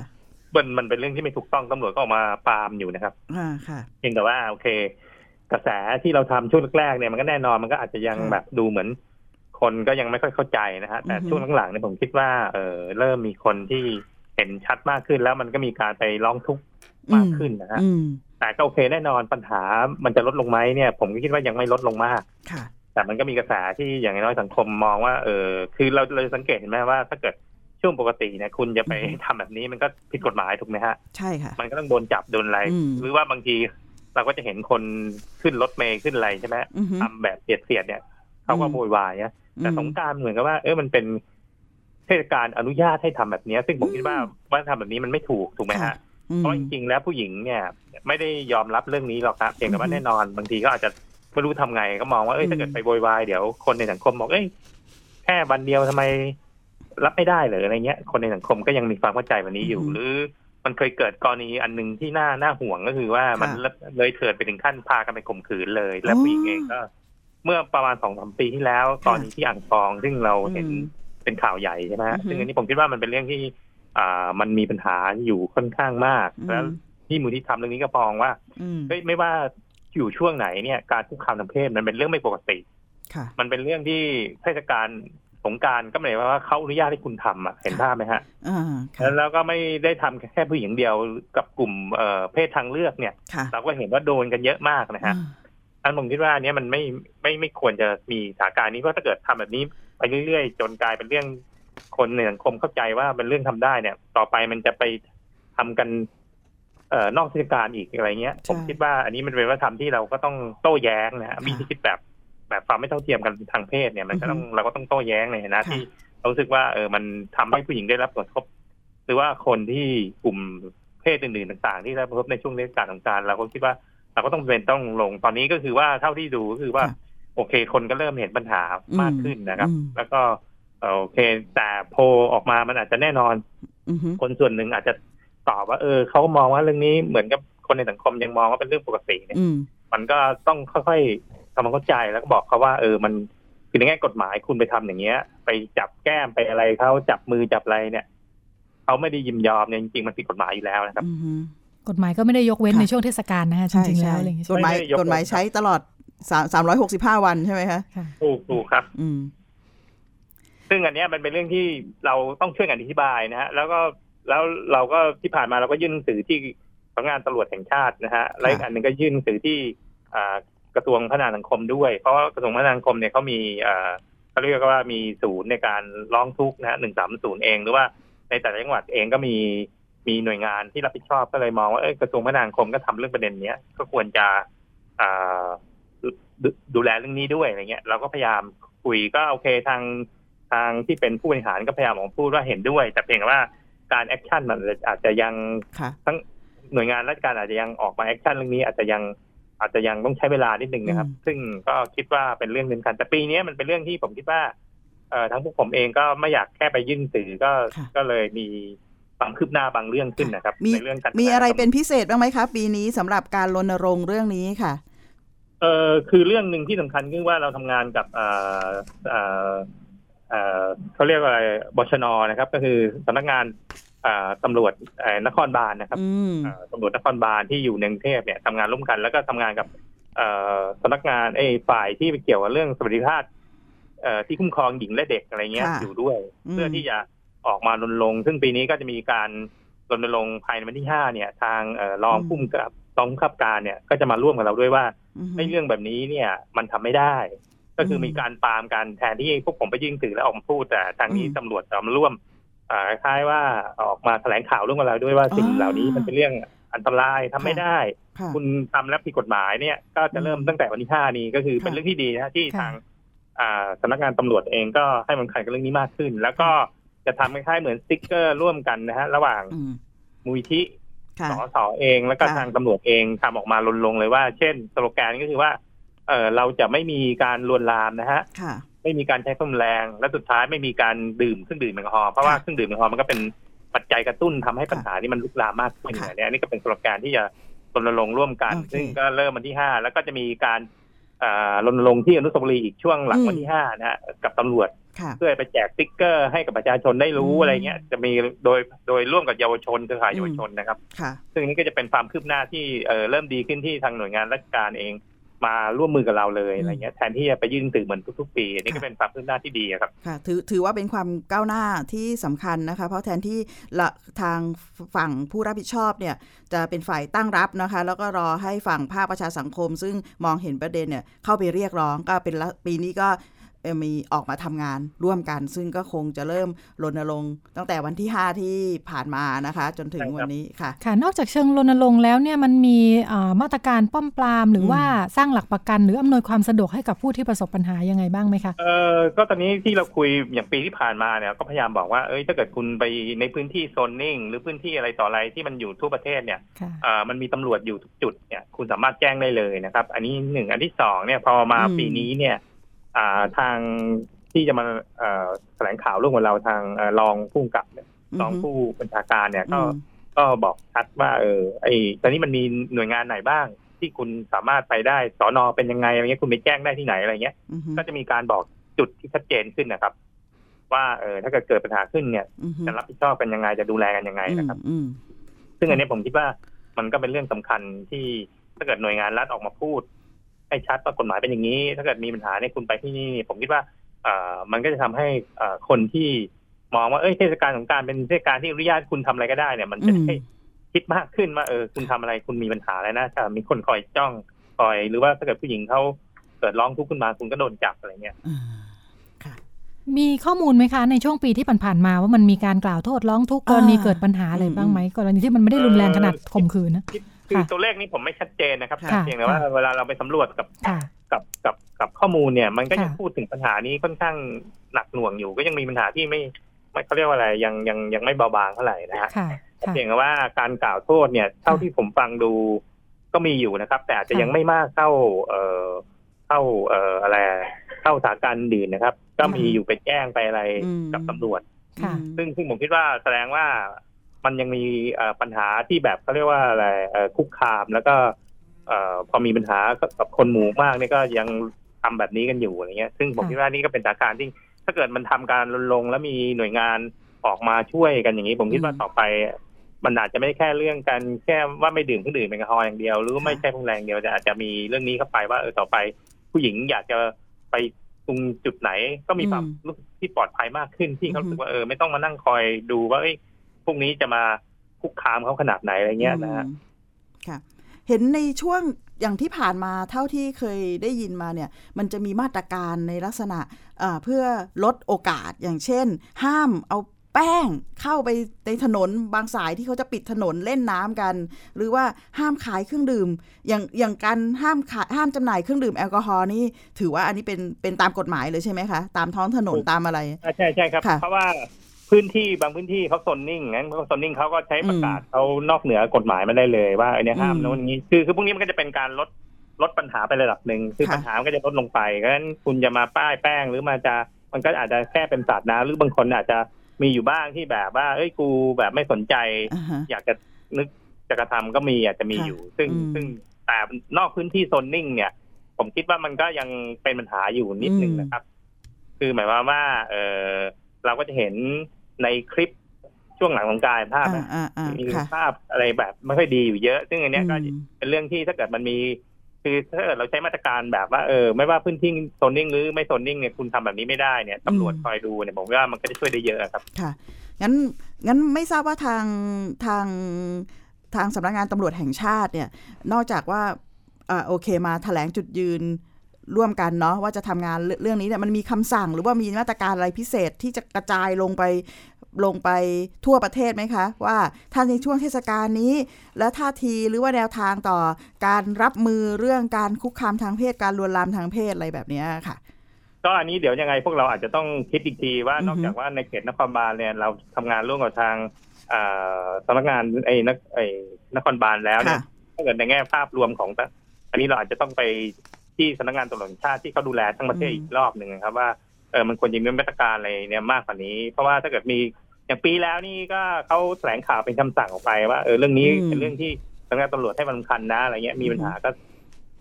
S9: มันมันเป็นเรื่องที่ไม่ถูกต้องตำรวจก็ออกมาปรามอยู่นะครับ
S3: อ่า ค่ะ
S9: เพียงแต่ว่าโอเค กระแสที่เราทำช่วงแรกๆเนี่ยมันก็แน่นอนมันก็อาจจะยัง
S3: ค่ะ
S9: แบบดูเหมือน คนก็ยังไม่ค่อยเข้าใจนะฮะแต่
S3: อือฮึ
S9: ช่วงหลังๆเนี่ยผมคิดว่าเออเริ่มมีคนที่เห็นชัดมากขึ้นแล้วมันก็มีการไปร้องทุกข์มากขึ้นนะฮะ
S3: อืม
S9: แต่ก็โอเคแน่นอนปัญหามันจะลดลงไหมเนี่ย ผมก็คิดว่ายังไม่ลดลงมาก
S3: ค่ะ
S9: แต่มันก็มีกระแสที่อย่างน้อยสังคมมองว่าเออคือเราเราจะสังเกตเห็นไหมว่า ถ้าเกิดช่วงปกติเนี่ยคุณจะไป
S3: อือฮึ
S9: ทำแบบนี้มันก็ผิดกฎหมายถูกไหมฮะ
S3: ใช่ค่ะ
S9: มันก็ต้องโดนจับโดนอะไร
S3: อืม
S9: หรือว่าบางทีเราก็จะเห็นคนขึ้นรถเมย์ขึ้นอะไรใช่ไหม
S3: อือฮึ
S9: ทำแบบเสียดเสียดเนี่ยเขาก็
S3: อืม
S9: โวยวายนะแต่สงกรารเหมือนกับว่า เออมันเป็นเทศกาลอนุญาตให้ทำแบบเนี้ยซึ่งผมคิดว่าว่าทำแบบนี้มันไม่ถูกถูกไหม
S3: ค่ะ
S9: ฮะ
S3: อืม
S9: เพราะจริงๆแล้วผู้หญิงเนี่ย ไม่ได้ยอมรับเรื่องนี้หรอกครับเพียงแต่ว่า
S3: อือฮึ
S9: แน่นอน บางทีก็อาจจะไม่รู้ทำไงก็มองว่าเอ้ย
S3: อืม
S9: ถ้าเกิดไปโวยวายเดี๋ยวคนในสังคมบอกเอ้ยแค่วันเดียวทำไมรับไม่ได้เหรืออะไรเงี้ย คนในสังคมก็ยังมีความเข้าใจแบบนี้อยู่
S3: อือฮึ
S9: หรือมันเคยเกิดกรณีอันหนึ่งที่น่าน่าห่วงก็คือว่ามัน
S3: ค่ะ
S9: เลยเลยเถิดไปถึงขั้นพากันไปข่มขืนเลย และผู้หญิงเองก็ เมื่อประมาณสองสามปีที่แล้วกรณีที่อ่างทอง ซึ่งเราเห็น
S3: อืม
S9: เป็นข่าวใหญ่ใช่ไหมฮะ
S3: อือฮึ
S9: ซึ่งอันนี้ผมคิดว่ามันเป็นเรื่องที่ อ่า มันมีปัญหาอยู่ค่อนข้างมาก
S3: อืม
S9: แล้วที่มูลที่ทำเรื่องนี้ก็มองว่า
S3: อืม
S9: เฮ้ยไม่ว่าอยู่ช่วงไหนเนี่ยการคุกคามทางเพศมันเป็นเรื่องไม่ปกติ
S3: ค่ะ
S9: มันเป็นเรื่องที่เทศกาลสงกรารก็หมายความว่าเขาอนุญาตให้คุณทำอ่ะเห็นภาพไหมฮะ
S3: อ่า ค่ะ
S9: แล้วแล้วก็ไม่ได้ทำแค่ผู้หญิงเดียวกับกลุ่มเอ่อเพศทางเลือกเนี่ย
S3: ค่ะ
S9: เราก็เห็นว่าโดนกันเยอะมากนะฮะ
S3: อ่า
S9: อันผมคิดว่าอันเนี้ยมันไม่ไม่ไม่ควรจะมีสถานการณ์นี้เพราะถ้าเกิดทำแบบนี้ไปเรื่อยๆ จนกลายเป็นเรื่องคนในสังคมเข้าใจว่าเป็นเรื่องทำได้เนี่ย ต่อไปมันจะไปทำกันเอ่อนอกเทศกาลอีกอะไรเงี้ย ผมคิดว่าอันนี้มันเป็นวัฒนธรรมที่เราก็ต้องโต้แย้งนะฮะวิธีคิดแบบ แบบความไม่เท่าเทียมกันทางเพศเนี่ยมันก็ต้องเราก็ต้องโต้แย้งในฐานะที่เรารู้สึกว่าเออมันทำให้ผู้หญิงได้รับผลกระทบ หรือว่าคนที่กลุ่มเพศอื่นๆต่างๆ ที่ได้รับผลกระทบในช่วงเทศกาลต่างๆเราก็คิดว่าเราก็ต้องเป็นต้องลงตอนนี้ก็คือว่าเท่าที่ดูก็คือว่า
S3: ค่ะ
S9: โอเค คนก็เริ่มเห็นปัญหามากขึ้นนะครับ
S3: อืม
S9: แล้วก็เอ่อโอเค แต่โพลออกมามันอาจจะแน่นอน
S3: อือฮึ
S9: คนส่วนหนึ่งอาจจะตอบว่าเออเขามองว่าเรื่องนี้เหมือนกับคนในสังคมยังมองว่าเป็นเรื่องปกติเนี่ย
S3: อืม
S9: มันก็ต้องค่อยๆทำความเข้าใจแล้วก็บอกเขาว่า เออมัน คือในแง่กฎหมายคุณไปทำอย่างเงี้ย ไปจับแก้มไปอะไรเขาจับมือจับอะไรเนี่ยเขาไม่ได้ยินยอมเนี่ยจริงๆมันผิดกฎหมายอยู่แล้วนะครับ
S3: อือฮึ
S2: กฎหมายก็ไม่ได้ยกเว้น
S3: ค่ะ
S2: ในช่วงเทศกาลนะคะจริงๆแล้วอะไรอย่างเงี้ย
S3: กฎหมาย
S9: ไม่ได้ยก
S3: กฎหมายใช้ตลอดสามสามร้อยหกสิบห้าวันใช่ไหมคะ
S2: ค่ะ
S9: ถูกถูกครับ
S3: อืม
S9: ซึ่งอันเนี้ยมันเป็นเรื่องที่เราต้องช่วยกันอธิบายนะฮะแล้วก็แล้วเราก็ที่ผ่านมาเราก็ยื่นหนังสือที่สำนักงานตำรวจแห่งชาตินะฮะและอีกอันหนึ่งก็ยื่นหนังสือที่อ่ากระทรวงพัฒนาสังคมด้วย เพราะว่ากระทรวงพัฒนาสังคมเนี่ยเขามีอ่าเขาเรียกว่ามีศูนย์ในการร้องทุกข์นะฮะหนึ่งสามศูนย์เอง หรือว่าในแต่ละจังหวัดเองก็มีมีหน่วยงานที่รับผิดชอบก็เลยมองว่าเอ้ยกระทรวงพัฒนาสังคมก็ทำเรื่องประเด็นเนี้ยก็ควรจะอ่า ดูดูแลเรื่องนี้ด้วยอะไรเงี้ยเราก็พยายามคุยก็โอเคทางทางที่เป็นผู้บริหารก็พยายามออกมาพูดว่าเห็นด้วย แต่เพียงแต่ว่าการแอคชั่นมันอาจจะยัง
S3: ค่ะ
S9: ทั้งหน่วยงานราชการอาจจะยังออกมาแอคชั่นเรื่องนี้อาจจะยังอาจจะยังต้องใช้เวลานิดนึงนะครับ
S3: อืม
S9: ซึ่งก็คิดว่าเป็นเรื่องสำคัญแต่ปีนี้มันเป็นเรื่องที่ผมคิดว่าเอ่อทั้งพวกผมเองก็ไม่อยากแค่ไปยื่นสื่อก็
S3: ค่ะ
S9: ก็เลยมีความคืบหน้าบางเรื่องขึ้นนะครับ
S3: มี
S9: ในเรื่องการ
S3: มีอะไรเป็น
S9: ทำงา
S3: พิเศษบ้างไหมคะ ปีนี้สำหรับการรณรงค์เรื่องนี้ค่ะ
S9: เอ่อคือเรื่องหนึ่งที่สำคัญคือว่าเราทำงานกับเอ่อเอ่อ เอ่อเขาเรียกว่าอะไรบชนนะครับ ก็คือสำนักงานอ่าตำรวจเอ่อนครบาลนะครับ
S3: อืม
S9: อ่าตำรวจนครบาลที่อยู่ในกรุงเทพเนี่ยทำงานร่วมกัน แล้วก็ทำงานกับเอ่อสำนักงานไอ้ยฝ่ายที่เกี่ยวกับเรื่องสวัสดิภาพเอ่อที่คุ้มครองหญิงและเด็กอะไรเงี้ย
S3: ค่ะ
S9: อยู่ด้วย เพื่อที่จะออกมารณรงค์ซึ่งปีนี้ก็จะมีการรณรงค์ภายในวันที่ห้าเนี่ย ทางเอ่อรองผู้กำกับรองผู้บังคับการเนี่ยก็จะมาร่วมกับเราด้วยว่า
S3: ม
S9: ไอ้เรื่องแบบนี้เนี่ยมันทำไม่ได้ ก็คืออ
S3: ม
S9: มีการปรามกันแทนที่พวกผมไปยื่นสื่อแล้วออกมาพูดแต่ทางนี้
S3: อืม
S9: ตำรวจจะมาร่วมอ่าคล้ายๆว่าออกมาแถลงข่าวร่วมกับเราด้วยว่าสิ่ง
S3: อ๋อ
S9: เหล่านี้มันเป็นเรื่องอันตรายทำไม่
S3: ค่ะ
S9: ได้
S3: ค่ะ
S9: คุณทำแล้วผิดกฎหมายเนี่ยก็จะเริ่ม
S3: อืม
S9: ตั้งแต่วันที่ห้านี้ก็คือ
S3: ค่ะ
S9: เป็นเรื่องที่ดีนะที่
S2: ค่ะ
S9: ทางอ่าสำนักงานตำรวจเองก็ให้มันขันกับเรื่องนี้มากขึ้น แล้วก็จะทำคล้ายๆเหมือนสติ๊กเกอร์ร่วมกันนะฮะระหว่าง
S3: อืม
S9: มูลนิธิ
S3: ค่ะ
S9: สสเองแล้วก็
S3: ค่ะ
S9: ทางตำรวจเองทำออกมาลนลงเลยว่า เช่นสโลแกนก็คือว่าเออเราจะไม่มีการลวนลามนะฮะ
S3: ค่ะ
S9: ไม่มีการใช้ความรุนแรง และสุดท้ายไม่มีการดื่มเครื่องดื่มแอลกอฮอล์เพราะว่า
S3: ค่ะ
S9: เครื่องดื่มแอลกอฮอล์มันก็เป็นปัจจัยกระตุ้นทำให้ปัญหานี้มันลุกลามมากขึ้น
S3: ค่ะ
S9: เนี่ยอันนี้ก็เป็นสโลแกนที่จะรณรงค์ร่วมกัน
S3: โอเค
S9: ซึ่งก็เริ่มวันที่ห้าแล้วก็จะมีการเอ่อรณรงค์ที่อนุสาวรีย์อีกช่วงหลัง
S3: อืม
S9: วันที่ห้านะฮะกับตำรวจ
S3: ค่ะ
S9: เพื่อไปแจกสติ๊กเกอร์ให้กับประชาชนได้รู้
S3: อืม
S9: อะไรเงี้ยจะมีโดยโดยร่วมกับเยาวชนเครือข่ายเยาว
S3: อืม
S9: ชนนะครับ
S3: ค่ะ
S9: ซึ่งอันนี้ก็จะเป็นความคืบหน้าที่เอ่อเริ่มดีขึ้นที่ทางหน่วยงานราชการเองมาร่วมมือกับเราเลย
S3: อืม
S9: อะไรเงี้ยแทนที่จะไปยื่นหนงสื่อเหมือนทุกๆ ปีอันนี้
S3: ค่ะ
S9: ก็เป็นความคืบหน้าที่ดีอะครับ
S3: ค่ะถือถือว่าเป็นความก้าวหน้าที่สำคัญนะคะ เพราะแทนที่ละทางฝั่งผู้รับผิดชอบเนี่ยจะเป็นฝ่ายตั้งรับนะคะ แล้วก็รอให้ฝั่งภาคประชาสังคม ซึ่งมองเห็นประเด็นเนี่ยเข้าไปเรียกร้องก็เป็นละปีนี้ก็เอ่อมีออกมาทำงานร่วมกัน ซึ่งก็คงจะเริ่มรณรงค์ตั้งแต่วันที่ 5 ที่ผ่านมานะคะ จนถึง
S9: ใช่ครับ
S3: วันนี้ค่ะ
S2: ค่ะ นอกจากเชิงรณรงค์แล้วเนี่ยมันมีเอ่อมาตรการป้อมปราม หรืออ
S3: ม
S2: ว่าสร้างหลักประกัน หรืออำนวยความสะดวกให้กับผู้ที่ประสบปัญหายังไงบ้างไหมคะ
S9: เอ่อก็ตอนนี้ที่เราคุยอย่างปีที่ผ่านมาเนี่ยก็พยายามบอกว่าเอ้ยถ้าเกิดคุณไปในพื้นที่โซนนิ่ง หรือพื้นที่อะไรต่ออะไรที่มันอยู่ทั่วประเทศเนี่ย
S2: ค่ะ
S9: เอ่อมันมีตำรวจอยู่ทุกจุดเนี่ยคุณสามารถแจ้งได้เลยนะครับ อันนี้หนึ่งอันที่สองเนี่ยพอมา
S3: อืม
S9: ปีนี้เนี่ยอ่าทางที่จะมาเอ่อแถลงข่าวร่วมกับเราทางเอ่อรองผู้กำกับเนี่ยรอง
S3: อือฮึ
S9: ผู้บัญชาการเนี่ย
S3: อื
S9: ก็
S3: ม
S9: ก็บอกชัดว่าเออไอตอนนี้มันมีหน่วยงานไหนบ้าง ที่คุณสามารถไปได้สอนอเป็นยังไงอะไรเงี้ยคุณไปแจ้งได้ที่ไหนอะไรเงี้ย
S3: อือฮึ
S9: ก็จะมีการบอกจุดที่ชัดเจนขึ้นนะครับ ว่าเออถ้าเกิดเกิดปัญหาขึ้นเนี่ย
S3: อือฮึ
S9: จะรับผิดชอบกันยังไงจะดูแลกันยังไงนะครับ
S3: อืม
S9: ซึ่งอันเนี้ยผมคิดว่ามันก็เป็นเรื่องสำคัญที่ถ้าเกิดหน่วยงานรัฐออกมาพูด ให้ชัดว่ากฎหมายเป็นอย่างนี้ ถ้าเกิดมีปัญหาเนี่ยคุณไปที่นี่ ผมคิดว่าเอ่อมันก็จะทำให้เอ่อคนที่มองว่าเอ้ยเทศกาลสงกรารเป็นเทศกาลที่อนุญาตคุณทำอะไรก็ได้เนี่ยมันจะ
S3: อืม
S9: ให้คิดมากขึ้นว่าเออคุณทำอะไรคุณมีปัญหาอะไรนะจะมีคนคอยจ้องคอย หรือว่าถ้าเกิดผู้หญิงเขาเกิดร้องทุกข์ขึ้นมาคุณก็โดนจับอะไรเงี้ย
S3: อืมค่ะ
S2: มีข้อมูลไหมคะในช่วงปีที่ผ่านๆมาว่ามันมีการกล่าวโทษร้องทุกข์กรณี
S3: อ่า
S2: เกิดปัญหาอะไร
S3: อืม
S2: บ้างไหมกรณีที่มันไม่ได้รุนแรงขนาดข่มขืนนะ
S9: คือ
S2: ค่ะ
S9: ตัวเลขนี้ผมไม่ชัดเจนนะครับ
S2: ค่ะ
S9: แต่เพียงแต่ว่า
S2: ค่ะ
S9: เวลาเราไปสำรวจกับ
S2: ค่ะ
S9: กับกับกับข้อมูลเนี่ยมันก็ยัง
S2: ค่ะ
S9: พูดถึงปัญหานี้ค่อนข้างหนักหน่วงอยู่ ก็ยังมีปัญหาที่ไม่ไม่เขาเรียกว่าอะไรยังยังยังไม่เบาบางเท่าไหร่นะฮะ
S2: ค่ะค่ะ
S9: เพียงแต่ว่าการกล่าวโทษเนี่ยเท่าที่ผมฟังดูก็มีอยู่นะครับ แต่อาจจะ
S2: ค่ะ
S9: ยังไม่มากเท่าเอ่อเท่าเอ่ออะไรเท่าสาการดื่นนะครับ ก็มีอยู่ไปแจ้งไปอะไร
S3: อืม
S9: กับตำรวจ
S2: ค่ะ
S9: ซึ่งซึ่งผมคิดว่าแสดงว่ามันยังมีเอ่อปัญหาที่แบบเขาเรียกว่าอะไรเอ่อคุกคามแล้วก็เอ่อพอมีปัญหากับคนหมู่มากเนี่ยก็ยังท ทำแบบนี้กันอยู่อะไรเงี้ย ซึ่งผม
S2: ค่ะ
S9: คิดว่านี่ก็เป็นสถานการณ์ที่ถ้าเกิดมันทำการรณรงค์แล้วมีหน่วยงานออกมาช่วยกันอย่างนี้ ผมคิดว่าต่อไป มันอาจจะไม่แค่เรื่องการแค่ว่าไม่ดื่มเครื่องดื่มแอลกอฮอล์อย่างเดียว หรือไม่ใช่พวกแรงเดียวแต่อาจจะมีเรื่องนี้เข้าไปว่าเออต่อไปผู้หญิงอยากจะไปตรงจุดไหนก็มีความ
S3: อืม
S9: รู้สึกที่ปลอดภัยมากขึ้นที่เขา
S3: อือฮึ
S9: รู้สึกว่าเออไม่ต้องมานั่งคอยดูว่าเอ้ยพวกนี้จะมาคุกคามเขาขนาดไหนอะไรเงี้ยนะฮะ
S3: อืมค่ะ เห็นในช่วงอย่างที่ผ่านมาเท่าที่เคยได้ยินมาเนี่ย มันจะมีมาตรการในลักษณะเอ่อเพื่อลดโอกาสอย่างเช่น ห้ามเอาแป้งเข้าไปในถนนบางสายที่เขาจะปิดถนนเล่นน้ำกัน หรือว่าห้ามขายเครื่องดื่ม อย่างอย่างการห้ามขายห้ามจำหน่ายเครื่องดื่มแอลกอฮอล์นี่ถือว่าอันนี้เป็นเป็นตามกฎหมายเลยใช่ไหมคะตามท้องถนนตามอะไร
S9: อ่าใช่ใช่ครับ
S3: ค่ะ
S9: เพราะว่าพื้นที่บางพื้นที่เขาโซนนิ่งงั้นเขาโซนนิ่งเขาก็ใช้ประกาศ
S3: อืม
S9: เขานอกเหนือกฎหมายมาได้เลยว่าไอ้เนี่ยห้าม
S3: อืม
S9: โน้นอย่างนี้คือคือพวกนี้มันก็จะเป็นการลดลดปัญหาไประดับหนึ่งคือ
S3: ค่ะ
S9: ปัญหามันก็จะลดลงไปเพราะฉะนั้นคุณจะมาป้ายแป้งหรือมาจะมันก็อาจจะแค่เป็นศาสตร์น้ำหรือบางคนอาจจะมีอยู่บ้างที่แบบว่าเอ้ยกูแบบไม่สนใจ
S3: อ่าฮะ
S9: อยากจะนึกจะกระทำก็มีอาจจะมี
S3: ค่ะ
S9: อยู่ ซึ่ง
S3: อืม
S9: ซึ่งแต่นอกพื้นที่โซนนิ่ง เนี่ย ผมคิดว่ามันก็ยังเป็นปัญหาอยู่นิดนึง
S3: อืม
S9: นะครับ คือหมายความว่า เออเราก็จะเห็นในคลิปช่วงหลังของกายภาพ
S3: อ่า
S9: นะ
S3: อ่าอ่า
S9: มี
S3: ค่ะ
S9: ภาพอะไรแบบไม่ค่อยดีอยู่เยอะ ซึ่งอันเนี้ยก็
S3: อืม
S9: เป็นเรื่องที่ถ้าเกิดมันมี คือถ้าเกิดเราใช้มาตรการแบบว่าเออไม่ว่าพื้นที่โซนนิ่งหรือไม่โซนนิ่งเนี่ยคุณทำแบบนี้ไม่ได้เนี่ยตำรวจ
S3: อืม
S9: คอยดูเนี่ยผมว่ามันก็จะช่วยได้เยอะครับ
S3: ค่ะ งั้น งั้นไม่ทราบว่าทาง ทาง ทางสำนักงานตำรวจแห่งชาติเนี่ย นอกจากว่าอ่าโอเคมาถแถลงจุดยืนร่วมกันเนาะว่าจะทำงานเรื่องเรื่องนี้เนี่ยมันมีคำสั่งหรือว่ามีมาตรการอะไรพิเศษที่จะกระจายลงไปลงไปทั่วประเทศไหมคะ ว่าถ้าในช่วงเทศกาลนี้ และท่าทีหรือว่าแนวทางต่อการรับมือเรื่องการคุกคามทางเพศการลวนลามทางเพศอะไรแบบเนี้ยค่ะ
S9: ก็อันนี้เดี๋ยวยังไงพวกเราอาจจะต้องคิดอีกทีว่า
S3: อือฮึ
S9: นอกจากว่าในเขตนครบาลเนี่ยเราทำงานร่วมกับทางเอ่อสำนักงานไอ้นคไอ้นครบาลแล้วเนี่
S3: ค่ะ
S9: ยถ้าเกิดในแง่ภาพรวมของตะอันนี้เราอาจจะต้องไปที่สำนักงานตำรวจแห่งชาติที่เขาดูแลทั้งประเทศ
S3: อืม
S9: อีกรอบหนึ่งนะครับว่าเออมันควรจะมีมาตรการอะไรเนี่ยมากกว่านี้ เพราะว่าถ้าเกิดมีอย่างปีแล้วนี่ก็เขาแถลงข่าวเป็นคำสั่งออกไปว่าเออเรื่องนี้เป็นเรื่องที่สำนักงานตำรวจให้มันสำคัญนะอะไรเงี้ยมีปัญหาก็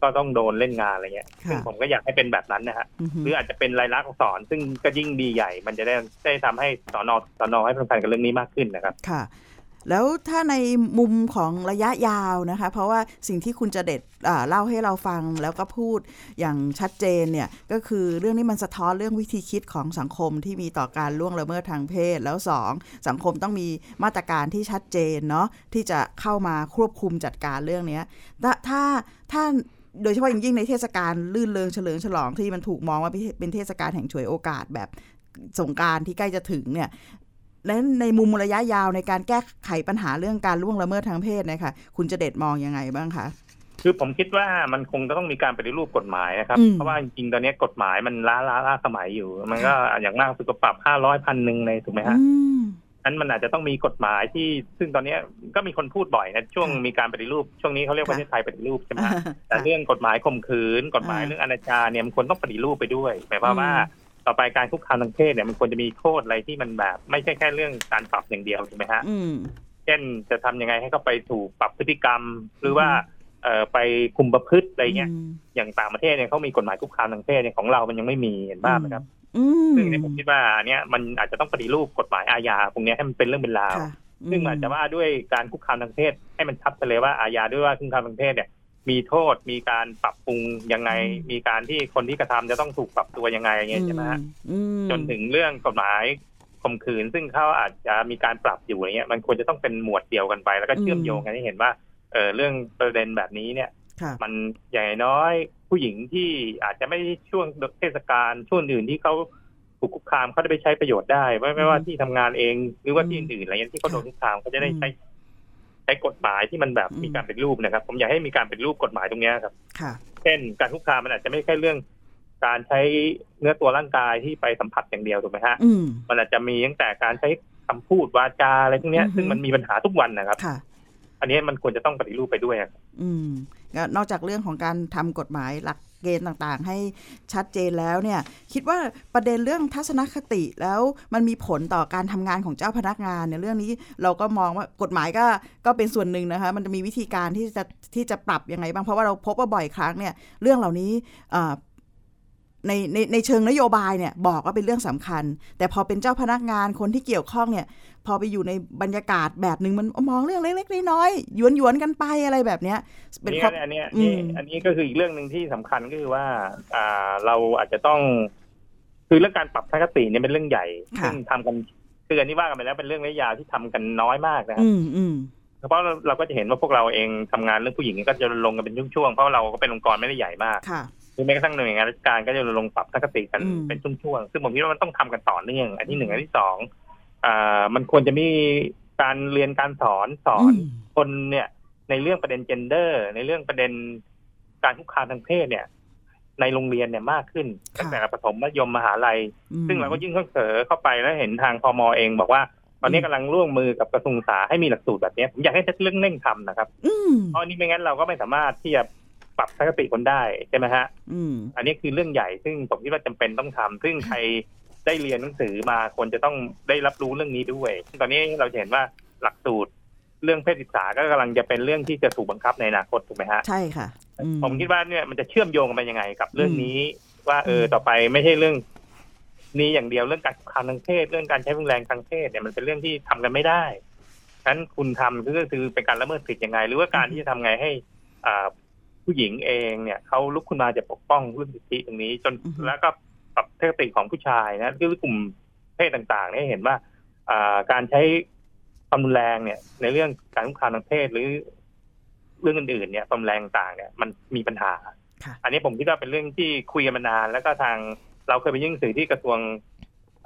S9: ก็ต้องโดนเล่นงานอะไรเงี้ยซึ่งผมก็อยากให้เป็นแบบนั้นนะฮะ
S3: อือฮึ
S9: หรืออาจจะเป็นลายลักษณ์อักษรซึ่งก็ยิ่งดีใหญ่ มันจะได้ได้ทำให้สอนอสอนอให้ความสำคัญกับเรื่องนี้มากขึ้นนะครับ
S3: ค่ะ แล้วถ้าในมุมของระยะยาวนะคะ เพราะว่าสิ่งที่คุณจะเด็ดอ่าเล่าให้เราฟังแล้วก็พูดอย่างชัดเจนเนี่ย ก็คือเรื่องนี้มันสะท้อนเรื่องวิธีคิดของสังคมที่มีต่อการล่วงละเมิดทางเพศ แล้วสองสังคมต้องมีมาตรการที่ชัดเจนเนาะที่จะเข้ามาควบคุมจัดการเรื่องเนี้ยถ้าถ้าถ้าโดยเฉพาะอย่างยิ่งในเทศกาลลื่นเริงเฉลิมฉลองที่มันถูกมองว่าเป็นเทศกาลแห่งฉวยโอกาสแบบสงกรารที่ใกล้จะถึงเนี่ย และในมุมระยะยาวในการแก้ไขปัญหาเรื่องการล่วงละเมิดทางเพศเนะคะคุณจะเด็ดมองยังไงบ้างคะ
S9: คือผมคิดว่ามันคงจะต้องมีการปฏิรูปกฎหมายนะครับ
S3: อืม
S9: เพราะว่าจริงๆตอนนี้กฎหมายมันล้าล้าล้าสมัยอยู่ มันก็อย่างมากสุดก็ปรับห้าร้อยพันหนึ่งเลยถูกไหมฮะ
S3: อืม
S9: นั้นมันอาจจะต้องมีกฎหมายที่ซึ่งตอนนี้ก็มีคนพูดบ่อยนะช่วงมีการปฏิรูป ช่วงนี้เขาเรียก
S3: ค่ะ
S9: ประเทศไทยปฏิรูปใช่ไหมฮะ
S3: อ่าฮะ
S9: แต่เรื่องกฎหมายข่มขืน กฎหมาย
S3: อ่า
S9: เรื่องอนาจารเนี่ยมันควรต้องปฏิรูปไปด้วยหมายความว่า
S3: อืม
S9: ต่อไปการคุกคามทางเพศเนี่ยมันควรจะมีโทษอะไรที่มันแบบ ไม่ใช่แค่เรื่องการปรับอย่างเดียวถูกไหมฮะ
S3: อืม
S9: เช่นจะทำยังไงให้เขาไปถูกปรับพฤติกรรม หรือว่า
S3: อื
S9: เอ่อไปคุมประพฤติอะไรเงี้ย
S3: อืม
S9: อย่างต่างประเทศเนี่ยเขามีกฎหมายคุกคามทางเพศเนี่ยของเรามันยังไม่มีเห็นบ้างไหมครับ
S3: อืม
S9: ซึ่งเนี่ยผมคิดว่าอันเนี้ยมันอาจจะต้องปฏิรูปกฎหมายอาญาพวกเนี้ยให้มันเป็นเรื่องเป็นราว
S3: ค่ะ
S9: ซึ่งอาจจะว่าด้วยการคุกคามทางเพศให้มันชัดไปเลยว่าอาญาด้วยว่าคุกคามทางเพศเนี่ย มีโทษมีการปรับปรุงยังไง มีการที่คนที่กระทำจะต้องถูกปรับตัวยังไงอย่างเงี้ยใช่ไหมฮะ
S3: อืม
S9: จนถึงเรื่องกฎหมายข่มขืน ซึ่งเขาอาจจะมีการปรับอยู่อะไรเงี้ยมันควรจะต้องเป็นหมวดเดียวกันไป แล้วก็
S3: อืม
S9: เชื่อมโยงกันให้เห็นว่าเออเรื่องประเด็นแบบนี้เนี่ย
S3: ค่ะ
S9: มันอย่างน้อยผู้หญิงที่อาจจะไม่ได้ช่วงเทศกาลช่วงอื่นที่เขาถูกคุกคามเขาได้ไปใช้ประโยชน์ได้ไม่ไม่ว่า
S3: อืม
S9: ที่ทำงานเอง หรือว่าที่
S3: อืม
S9: อื่นๆอะไรเงี้ยที่เขาโดนคุกคามเขาจะได้
S3: อืม
S9: ใช้ใช้กฎหมายที่มันแบบ
S3: อืม
S9: มีการเป็นรูปนะครับ ผมอยากให้มีการเป็นรูปกฎหมายตรงเนี้ยครับ
S3: ค่ะ
S9: เช่นการคุกคามมันอาจจะไม่ใช่เรื่อง การใช้เนื้อตัวร่างกายที่ไปสัมผัสอย่างเดียวถูกไหมฮะ
S3: อืม
S9: มันอาจจะมีตั้งแต่การใช้คำพูดวาจาอะไรพวกเนี้ย
S3: อือฮึ
S9: ซึ่งมันมีปัญหาทุกวันนะครับ
S3: ค่ะ
S9: อันนี้มันควรจะต้องปฏิรูปไปด้วยอะ
S3: อืมก็นอกจากเรื่องของการทำกฎหมายหลักเกณฑ์ต่างๆ ให้ชัดเจนแล้วเนี่ย คิดว่าประเด็นเรื่องทัศนคติแล้วมันมีผลต่อการทำงานของเจ้าพนักงานเนี่ยเรื่องนี้เราก็มองว่ากฎหมายก็ก็เป็นส่วนหนึ่งนะคะ มันจะมีวิธีการที่จะที่จะปรับยังไงบ้างเพราะว่าเราพบว่าบ่อยครั้งเนี่ย เรื่องเหล่านี้เอ่อ ในในในเชิงนโยบายเนี่ยบอกว่าเป็นเรื่องสำคัญ แต่พอเป็นเจ้าพนักงานคนที่เกี่ยวข้องเนี่ย พอไปอยู่ในบรรยากาศแบบหนึ่งมันมองเรื่องเล็กๆน้อยๆหยวนๆกันไปอะไรแบบเนี้ยเป็น
S9: นี่
S3: ข้อ
S9: อันเนี้ย
S3: อืม
S9: นี่อันนี้ก็คืออีกเรื่องหนึ่งที่สำคัญก็คือว่า อ่าเราอาจจะต้อง คือเรื่องการปรับทัศนคติเนี่ยเป็นเรื่องใหญ่
S3: ค่ะ
S9: ซึ่งทำกันคืออันนี้ว่ากันไปแล้วเป็นเรื่องระยะยาวที่ทำกันน้อยมากนะครับ
S3: อืมอืม
S9: เพราะเราก็จะเห็นว่าพวกเราเองทำงานเรื่องผู้หญิงก็จะลงค์กันเป็นช่วงๆเพราะเราก็เป็นองค์กรไม่ได้ใหญ่มาก
S3: ค่ะ
S9: หรือแม้กระทั่งหน่วยงานราชการก็จะลงค์ปรับทัศนคติกัน
S3: อืม
S9: เป็นช่วงๆซึ่งผมคิดว่ามันต้องทำกันต่อเนื่องอันที่หนึ่งอันที่สองอ่ามันควรจะมีการเรียนการสอนสอน
S3: ม
S9: คนเนี่ยในเรื่องประเด็นเจนเดอร์ ในเรื่องประเด็นการคุกคามทางเพศเนี่ย ในโรงเรียนเนี่ยมากขึ้นตั้งแต่ประถมมัธยมมหาลัย
S3: อืม
S9: ซึ่งเราก็ยื่นข้อเสนอเข้าไปแล้วเห็นทางพมเองบอกว่า ตอนนี้กำลังร่วมมือกับกระทรวงศึกษาให้มีหลักสูตรแบบเนี้ยผมอยากให้เรื่องเร่งทำนะครับ
S3: อืม
S9: เพราะอันนี้ไม่งั้นเราก็ไม่สามารถที่จะปรับทัศนคติคนได้ใช่ไหมฮะ
S3: อืม
S9: อันนี้คือเรื่องใหญ่ซึ่งผมคิดว่าจำเป็นต้องทำซึ่งใครได้เรียนหนังสือมาควรจะต้องได้รับรู้เรื่องนี้ด้วย ตอนนี้เราจะเห็นว่าหลักสูตรเรื่องเพศศึกษาก็กำลังจะเป็นเรื่องที่จะถูกบังคับในอนาคตถูกไหมฮะ
S3: ใช่ค่ะอื
S9: ผมคิดว่าเนี่ยมันจะเชื่อมโยงกันไปยังไงกับเรื่องนี้ ว่าเออ
S3: อืม
S9: ต่อไปไม่ใช่เรื่อง นี้อย่างเดียวเรื่องการคุกคามทางเพศเรื่องการใช้รุนแรงทางเพศเนี่ยมันเป็นเรื่องที่ทำกันไม่ได้ฉะนั้นคุณทำก็คือเป็นการละเมิดสิทธิ์ยังไง หรือว่าการที่จะทำไงให้ อ่าผู้หญิงเองเนี่ยเขาลุกขึ้นมาจะปกป้องเรื่องสิทธิตรงนี้ จน
S3: อือฮึ
S9: แล้วก็ปรับเทคติของผู้ชายนะคือกลุ่มเพศต่างๆเนี่ยเห็นว่าอ่าการใช้ความรุนแรงเนี่ย ในเรื่องการคุกคามทางเพศหรือเรื่องอื่นๆ เนี่ยความรุนแรงต่างเนี่ย มันมีปัญหา
S3: ค่ะ
S9: อันนี้ผมคิดว่าเป็นเรื่องที่คุยกันมานาน แล้วก็ทางเราเคยไปยื่นหนังสือที่กระทรวง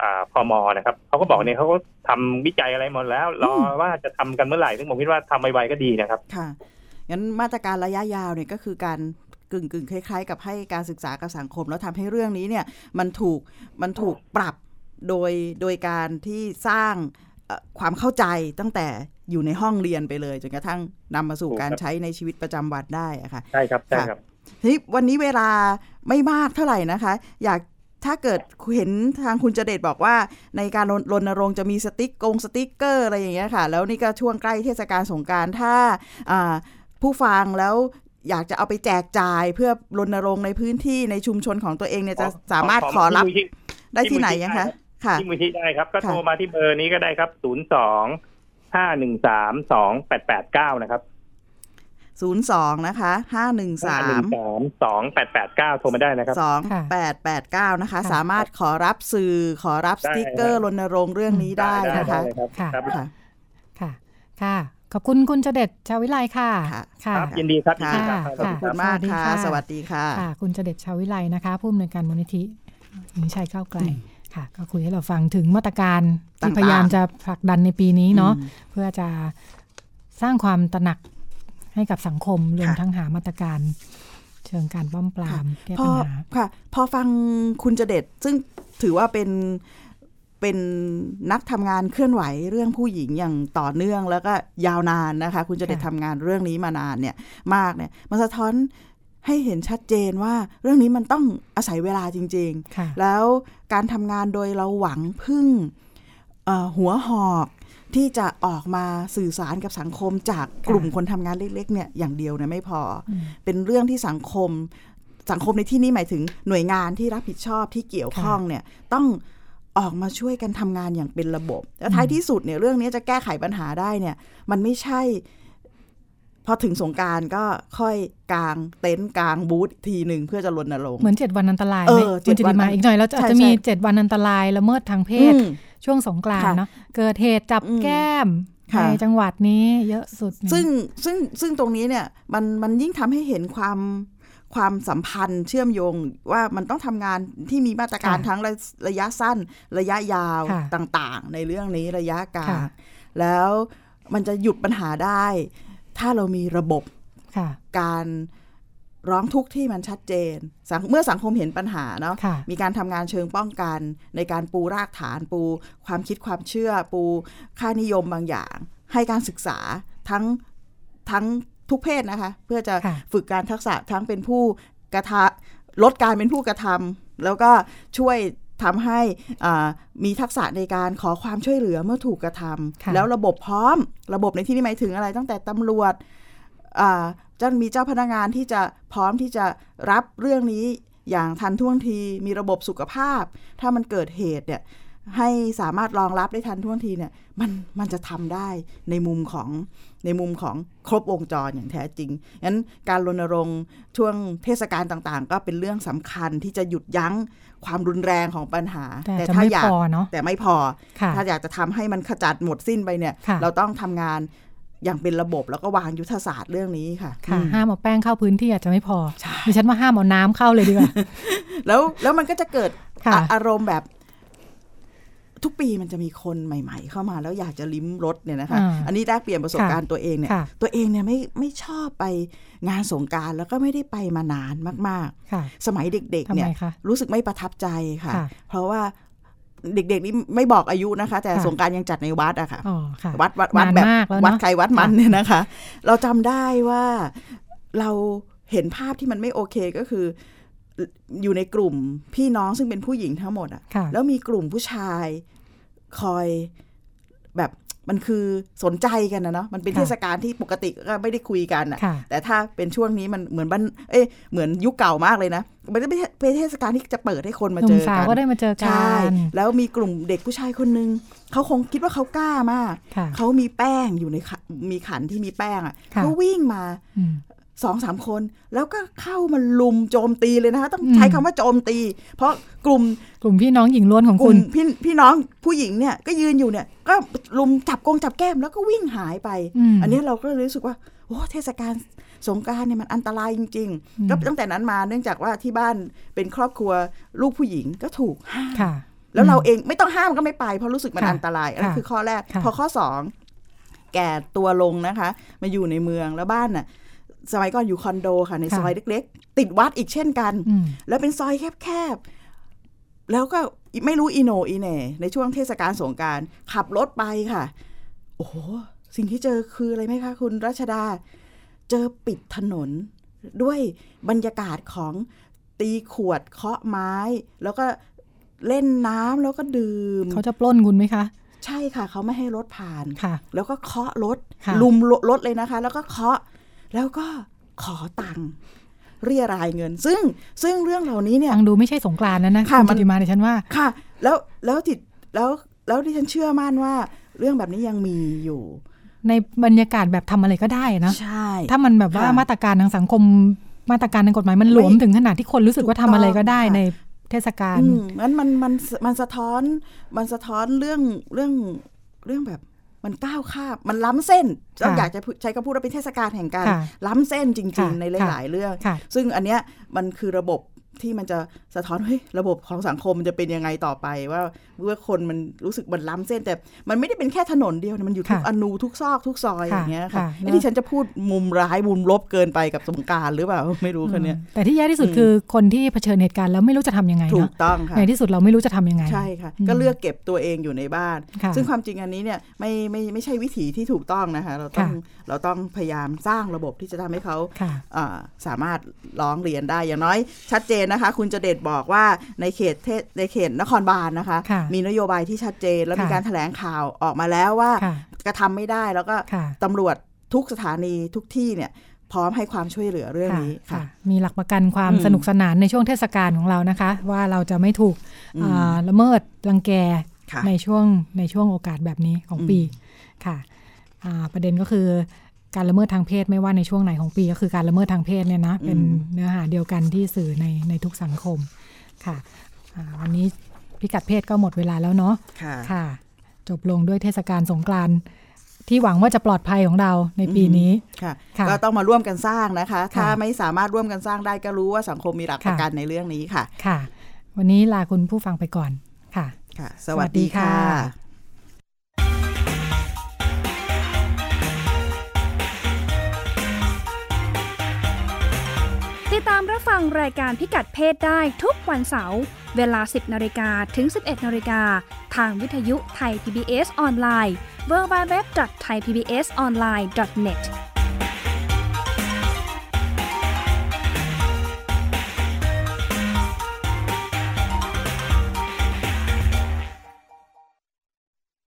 S9: อ่าพมนะครับเขาก็บอกเนี่ยเขาก็ทำวิจัยอะไรหมดแล้วรอว่าจะทำกันเมื่อไหร่ซึ่งผมคิดว่าทำไวๆก็ดีนะครับ
S3: ค่ะ งั้นมาตรการระยะยาวเนี่ยก็คือการกึ่งกึ่งๆคล้าย ๆ กับให้การศึกษากับสังคม แล้วทำให้เรื่องนี้เนี่ยมันถูกมันถูกปรับโดยโดยการที่สร้างเอ่อความเข้าใจตั้งแต่อยู่ในห้องเรียนไปเลยจนกระทั่งนำมาสู่
S9: ถูก
S3: การ
S9: ครับ
S3: ใช้ในชีวิตประจำวันได้อะค่ะ
S9: ใช่ครับใช่ครับ
S3: ทีนี้วันนี้เวลาไม่มากเท่าไหร่นะคะ อยากถ้าเกิดเห็นทางคุณเจเดตบอกว่า ในการรณรณรงค์จะมีสติ๊กกงสติ๊กเกอร์อะไรอย่างเงี้ยค่ะ แล้วนี่ก็ช่วงใกล้เทศกาลสงกรารถ้าอ่าผู้ฟังแล้วอยากจะเอาไปแจกจ่ายเพื่อรณรงค์ในพื้นที่ในชุมชนของตัวเองเนี่ยจะสามารถขอรับได้ที่ไหนยังคะค่ะ
S9: ที่มูลที่ได้ครับ ก็
S3: ค่ะ
S9: โทรมาที่เบอร์นี้ก็ได้ครับ ศูนย์สองห้าหนึ่งสามสองแปดแปดเก้านะครับ
S3: 02นะคะ513
S9: สามสองแปดแปดเก้าโทรมาได้นะครับ
S3: สอง
S2: ค่ะ
S3: แปดแปดเก้านะคะ
S2: ค่ะ
S3: สามารถขอรับสื่อขอรับสติกเกอร์รณรงค์เรื่องนี้ได้
S9: ได้
S3: นะคะ
S9: ได้ครับ
S2: ค่ะ
S9: ครับ
S3: ค่ะ
S2: ค่ะ ค่ะ ขอบคุณคุณเจเด็ดชาววิไลค่ะ
S3: ค่ะ
S9: ครับยินดีครับยินดีครับ
S2: ค่ะ
S3: ขอบคุณมากค่ะ สวัสดีค่ะ
S2: ค่ะ คุณเจเด็ดชาววิไลนะคะผู้อำนวยการมูลนิธิหญิงชายก้าวไกลค่ะ ก็คุยให้เราฟังถึงมาตรการที่พ
S3: ต่างๆ
S2: ยายามจะผลักดันในปีนี้เนาะ เพื่อจะสร้างความตระหนักให้กับสังคมรวม
S3: ค่ะ
S2: ทั้งหามาตรการ เชิงการป้องปรามแก้
S3: พอ
S2: ปัญหา
S3: ค่ะ พอฟังคุณเจเดตซึ่งถือว่าเป็นเป็นนักทำงานเคลื่อนไหวเรื่องผู้หญิงอย่างต่อเนื่องแล้วก็ยาวนานนะคะ คุณเจเดต
S2: ค่ะ
S3: ทำงานเรื่องนี้มานานเนี่ย มากเนี่ยมันสะท้อนให้เห็นชัดเจนว่าเรื่องนี้มันต้องอาศัยเวลาจริง ๆ
S2: ค่ะ
S3: แล้วการทำงานโดยเราหวังพึ่งเอ่อหัวหอกที่จะออกมาสื่อสารกับสังคมจากกลุ่มคนทำงานเล็กๆเนี่ยอย่างเดียวเนี่ยไม่พออ
S2: ม
S3: เป็นเรื่องที่สังคม สังคมในที่นี้หมายถึงหน่วยงานที่รับผิดชอบที่เกี่ยวข้องเนี่ยต้องออกมาช่วยกันทำงานอย่างเป็นระบบ แล้วท้าย
S2: อืม
S3: ที่สุดเนี่ยเรื่องนี้จะแก้ไขปัญหาได้เนี่ย มันไม่ใช่ พอถึงสงกรารก็ค่อยกางเต็นท์กางบูธทีหนึ่งเพื่อจะรณรงค์
S2: เหมือนเจ็ดวันอันตราย
S3: เอ
S2: ไหม
S3: อ
S2: คุณ
S3: เจ็
S2: จิ
S3: ดวั
S2: ติ
S3: น
S2: มา
S3: อัน
S2: อีกหน่อยแล้วจะ
S3: ใช่
S2: อาจจะมี
S3: ใช่
S2: เจ็ดวันอันตรายละเมิดทางเพศ
S3: อืม
S2: ช่วงสงกรานต์
S3: ค่ะ
S2: เนาะเกิดเหตุจับ
S3: อืม
S2: แก้ม
S3: ค่ะ
S2: ในจังหวัดนี้เยอะสุดเนี่ย
S3: ซึ่งซึ่งซึ่งตรงนี้เนี่ยมันมันยิ่งทำให้เห็นความความสัมพันธ์เชื่อมโยงว่ามันต้องทำงานที่มีมาตรการ
S2: ค่ะ
S3: ทั้งระระยะสั้น ระยะยาว
S2: ค่ะ
S3: ต่างๆ ในเรื่องนี้ระยะกลาง
S2: ค่ะ
S3: แล้วมันจะหยุดปัญหาได้ ถ้าเรามีระบบ
S2: ค่ะ
S3: การร้องทุกข์ที่มันชัดเจนสังเมื่อสังคมเห็นปัญหาเนาะ
S2: ค่ะ
S3: มีการทำงานเชิงป้องกัน ในการปูรากฐานปู ความคิดความเชื่อ ปูค่านิยมบางอย่าง ให้การศึกษาทั้งทั้งทุกเพศนะคะ เพื่อจะ
S2: ค่ะ
S3: ฝึกการทักษะทั้งเป็นผู้กระทะลดการเป็นผู้กระทำแล้วก็ช่วยทำให้อ่ามีทักษะในการขอความช่วยเหลือเมื่อถูกกระทำ
S2: ค่ะ
S3: แล้วระบบพร้อม ระบบในที่นี้หมายถึงอะไรตั้งแต่ตำรวจ อ่าจะมีเจ้าพนักงานที่จะพร้อมที่จะรับเรื่องนี้ อย่างทันท่วงทีมีระบบสุขภาพ ถ้ามันเกิดเหตุเนี่ยให้สามารถรองรับได้ทันท่วงทีเนี่ยมันมันจะทำได้ในมุมของในมุมของครบวงจรอย่างแท้จริงงั้นการรณรงค์ช่วงเทศกาลต่างๆ ก็เป็นเรื่องสำคัญที่จะหยุดยั้งความรุนแรงของปัญหา
S2: แต่จะ
S3: ถ้า
S2: ไม่
S3: อยา
S2: พ
S3: ก
S2: อเนาะ
S3: แต่ไม่พอ
S2: ค่ะ
S3: ถ้าอยากจะทำให้มันขจัดหมดสิ้นไปเนี่ย
S2: ค่ะ
S3: เราต้องทำงานอย่างเป็นระบบแล้วก็วางยุทธศาสตร์เรื่องนี้ค่ะ
S2: ค่ะ
S3: อืม
S2: ห้ามเอาแป้งเข้าพื้นที่อาจจะไม่พอ
S3: ใช่
S2: ดิฉันว่าห้ามเอาน้ำเข้าเลยดีกว่า
S3: แล้วแล้วมันก็จะเกิด
S2: ค่ะ
S3: อ่ะอารมณ์แบบ ทุกปีมันจะมีคนใหม่ ๆ เข้ามาแล้วอยากจะลิ้มรสเนี่ยนะคะ
S2: อ่า
S3: อันนี้แลกเปลี่ยนประสบการณ์ตัวเองเนี่ย
S2: ค่ะ
S3: ตัวเองเนี่ยไม่ไม่ชอบไปงานสงกรารแล้วก็ไม่ได้ไปมานานมาก
S2: ค่ะ
S3: ๆ สมัยเด็ก
S2: ทำ
S3: ๆ เนี่
S2: ไม
S3: ย
S2: คะ
S3: รู้สึกไม่ประทับใจค่ะ
S2: ค่ะ
S3: เพราะว่าเด็กๆนี่ไม่บอกอายุนะคะ แต่
S2: ค่ะ
S3: สงกรารยังจัดในวัดอะค่ะ
S2: อ๋อค่ะ
S3: วัดวัดวัด
S2: นาน
S3: แบบ
S2: มากแล้วเนอะ
S3: วัดใครวัดมัน
S2: ค่ะ
S3: เนี่ยนะคะ เราจำได้ว่าเราเห็นภาพที่มันไม่โอเคก็คือ อยู่ในกลุ่มพี่น้องซึ่งเป็นผู้หญิงทั้งหมดอะ
S2: ค่ะ
S3: แล้วมีกลุ่มผู้ชายคอยแบบมันคือสนใจกันนะเนาะมันเป็นเทศกาลที่ปกติก็ไม่ได้คุยกันอะ
S2: ค่ะ
S3: แต่ถ้าเป็นช่วงนี้มันเหมือนบ้านเอ้ยเหมือนยุคเก่ามากเลยนะ มันจะเป็นเป็นเทศกาลที่จะเปิดให้คนมา
S2: หนุ่
S3: เจ
S2: ม
S3: อ
S2: สาว
S3: กัน
S2: ก็ได้มาเจอกั
S3: ใช่
S2: น
S3: แล้วมีกลุ่มเด็กผู้ชายคนนึง เขาคงคิดว่าเขากล้ามาก
S2: ค่ะ
S3: เขามีแป้งอยู่ในขะมีขันที่มีแป้งอ่ะ
S2: ค่ะ
S3: เขาวิ่งมา
S2: อืม
S3: สองสามคน แล้วก็เข้ามาลุมโจมตีเลยนะคะ ต้อง
S2: อืม
S3: ใช้คำว่าโจมตี เพราะกลุ่ม
S2: กลุ่มพี่น้องหญิงล้วนของ
S3: ก
S2: คุ
S3: ลุ่
S2: ณ
S3: มพี่พี่น้องผู้หญิงเนี่ยก็ยืนอยู่เนี่ย ก็ลุมจับกงจับแก้มแล้วก็วิ่งหายไป
S2: อืม
S3: อันเนี้ยเราก็เลยรู้สึกว่าโอ้เทศกาลสงกรารเนี่ยมันอันตรายจริง
S2: อืม
S3: ๆก็ตั้งแต่นั้นมาเนื่องจากว่าที่บ้านเป็นครอบครัวลูกผู้หญิงก็ถูกห้าม
S2: ค่ะ
S3: แล้วเราเองไม่ต้องห้ามก็ไม่ไป เพราะรู้สึกมัน
S2: ค่ะ
S3: อันตรายอันนั้น
S2: ค่ะ
S3: คือข้อแรก
S2: ค่ะ
S3: พอข้อสองแก่ตัวลงนะคะ มาอยู่ในเมืองแล้วบ้านน่ะสมัยก่อนอยู่คอนโดค่ะ ในซอยเล็ก ๆ ติดวัดอีกเช่นกัน
S2: อืม
S3: แล้วเป็นซอยแคบๆ แล้วก็ไม่รู้อีโหนอีเหน่ในช่วงเทศกาลสงกราร ขับรถไปค่ะ โอ้โห สิ่งที่เจอคืออะไรไหมคะคุณรัชดา เจอปิดถนน ด้วยบรรยากาศของตีขวดเคาะไม้ แล้วก็เล่นน้ำแล้วก็ดื่ม
S2: เขาจะปล้นคุณไหมคะ
S3: ใช่ค่ะ เขาไม่ให้รถผ่าน
S2: ค่ะ
S3: แล้วก็เคาะรถ
S2: ค่ะ
S3: ลุมรถเลยนะคะ แล้วก็เคาะแล้วก็ขอตังค์เรียรายเงิน ซึ่งซึ่งเรื่องเหล่านี้เนี่ย
S2: ฟังดูไม่ใช่สงกรานต์นะนะ
S3: ค่ะ
S2: ณ
S3: มัน
S2: จิติมาเนี่ยฉันว่า
S3: ค่ะ แล้วแล้วติดแล้วแล้วดิฉันเชื่อมั่นว่า เรื่องแบบนี้ยังมีอยู่
S2: ในบรรยากาศแบบทำอะไรก็ได้นะ
S3: ใช่
S2: ถ้ามันแบบว่า
S3: ค่ะ
S2: มาตรการทางสังคมมาตรการทางกฎหมายมันหลวม
S3: ไม่
S2: ถึงขนาดที่คนรู้สึกว่า
S3: ถูกต้
S2: ทำ
S3: อง
S2: อะไรก็ได้
S3: ค่ะ
S2: ในเทศกาล
S3: อืมงั้นมันมันมันสะท้อนมันสะท้อนเรื่องเรื่องเรื่องแบบมันก้าวข้ามมันล้ำเส้น
S2: ค่ะ
S3: เราอยากจะใช้คำพูดว่าเป็นเทศกาลแห่งการ
S2: ค่ะ
S3: ล้ำเส้นจริง
S2: ค่ะ
S3: ๆ ใน
S2: ค่ะ
S3: หลาย ๆ เรื่อง
S2: ค่ะ
S3: ซึ่งอันเนี้ยมันคือระบบที่มันจะสะท้อน [laughs] เฮ้ยระบบของสังคมมันจะเป็นยังไงต่อไปว่าเมื่อคนมันรู้สึกมันล้ำเส้นแต่มันไม่ได้เป็นแค่ถนนเดียวนะมันอยู่ทุก
S2: ค่ะ
S3: อนูทุกซอกทุกซอย
S2: ค่ะ
S3: อย่างเงี้ยค่ะ
S2: ค่ะ
S3: นี่ที่ฉันจะพูดมุมร้ายมุมลบเกินไปกับสงกรารหรือเปล่า ไม่รู้คนเนี้ย
S2: อืมแต่ที่แย่ที่สุด
S3: อืม
S2: คือคนที่เผชิญเหตุการณ์แล้วไม่รู้จะทำยังไง
S3: ถู
S2: เนาะ
S3: กต้องค่ะ
S2: ในที่สุดเราไม่รู้จะทำยังไง
S3: ใช่ค่ะ
S2: อืม
S3: ก็เลือกเก็บตัวเองอยู่ในบ้าน
S2: ค่ะ
S3: ซึ่งความจริงอันนี้เนี่ยไม่ไม่ไม่ใช่วิถีที่ถูกต้องนะคะเราต้อง
S2: ค่ะ
S3: เราต้องพยายามสร้างระบบที่จะทำให้เขา
S2: ค่ะ
S3: อ่าสามารถร้องเรียนได้อย่างน้อย ชัดเจนนะคะ คุณจเดชบอกว่าในเขตเทศในเขตนครบาลนะคะ
S2: ค่ะ
S3: มีนโยบายที่ชัดเจน แล้ว
S2: ค่ะ
S3: มีการถแถลงข่าวออกมาแล้วว่า
S2: ค่ะ
S3: กระทำไม่ได้แล้วก็
S2: ค่ะ
S3: ตำรวจทุกสถานีทุกที่เนี่ย พร้อมให้ความช่วยเหลือเรื่องนี้ค่ะ
S2: มีหลักประกันความ
S3: อืม
S2: สนุกสนานในช่วงเทศกาลของเรานะคะ ว่าเราจะไม่ถูก
S3: อืม
S2: อ่าละเมิดรังแก
S3: ค่ะ
S2: ในช่วงในช่วงโอกาสแบบนี้ของ
S3: อืม
S2: ปีค่ะอ่าประเด็นก็คือการละเมิดทางเพศไม่ว่าในช่วงไหนของปี ก็คือการละเมิดทางเพศเนี่ยนะเป็นเนื้อหาเดียวกันที่สื่อในในทุกสังคมค่ะอ่าวันนี้พิกัดเพศก็หมดเวลาแล้วเนาะ
S3: ค่ะ
S2: ค่ะ จบลงด้วยเทศกาลสงกรานต์ที่หวังว่าจะปลอดภัยของเราในปีนี้
S3: ค่ะ
S2: ค่ะ
S3: ก็ต้องมาร่วมกันสร้างนะคะ ถ้า
S2: ค่ะ
S3: ไม่สามารถร่วมกันสร้างได้ก็รู้ว่าสังคมมีหลัก
S2: ค่ะ
S3: ประกันในเรื่องนี้ค่ะ
S2: ค่ะ วันนี้ลาคุณผู้ฟังไปก่อนค่ะ
S3: ค่ะ สวั
S2: สวั
S3: สดี
S2: สดีค
S3: ค่ะ
S2: ่ะ
S1: ติดตามรับฟังรายการพิกัดเพศได้ทุกวันเสาร์เวลา 10นาฬิกาถึง 11นาฬิกาทางวิทยุไทย PBS ออนไลน์ www.thaipbsonline.net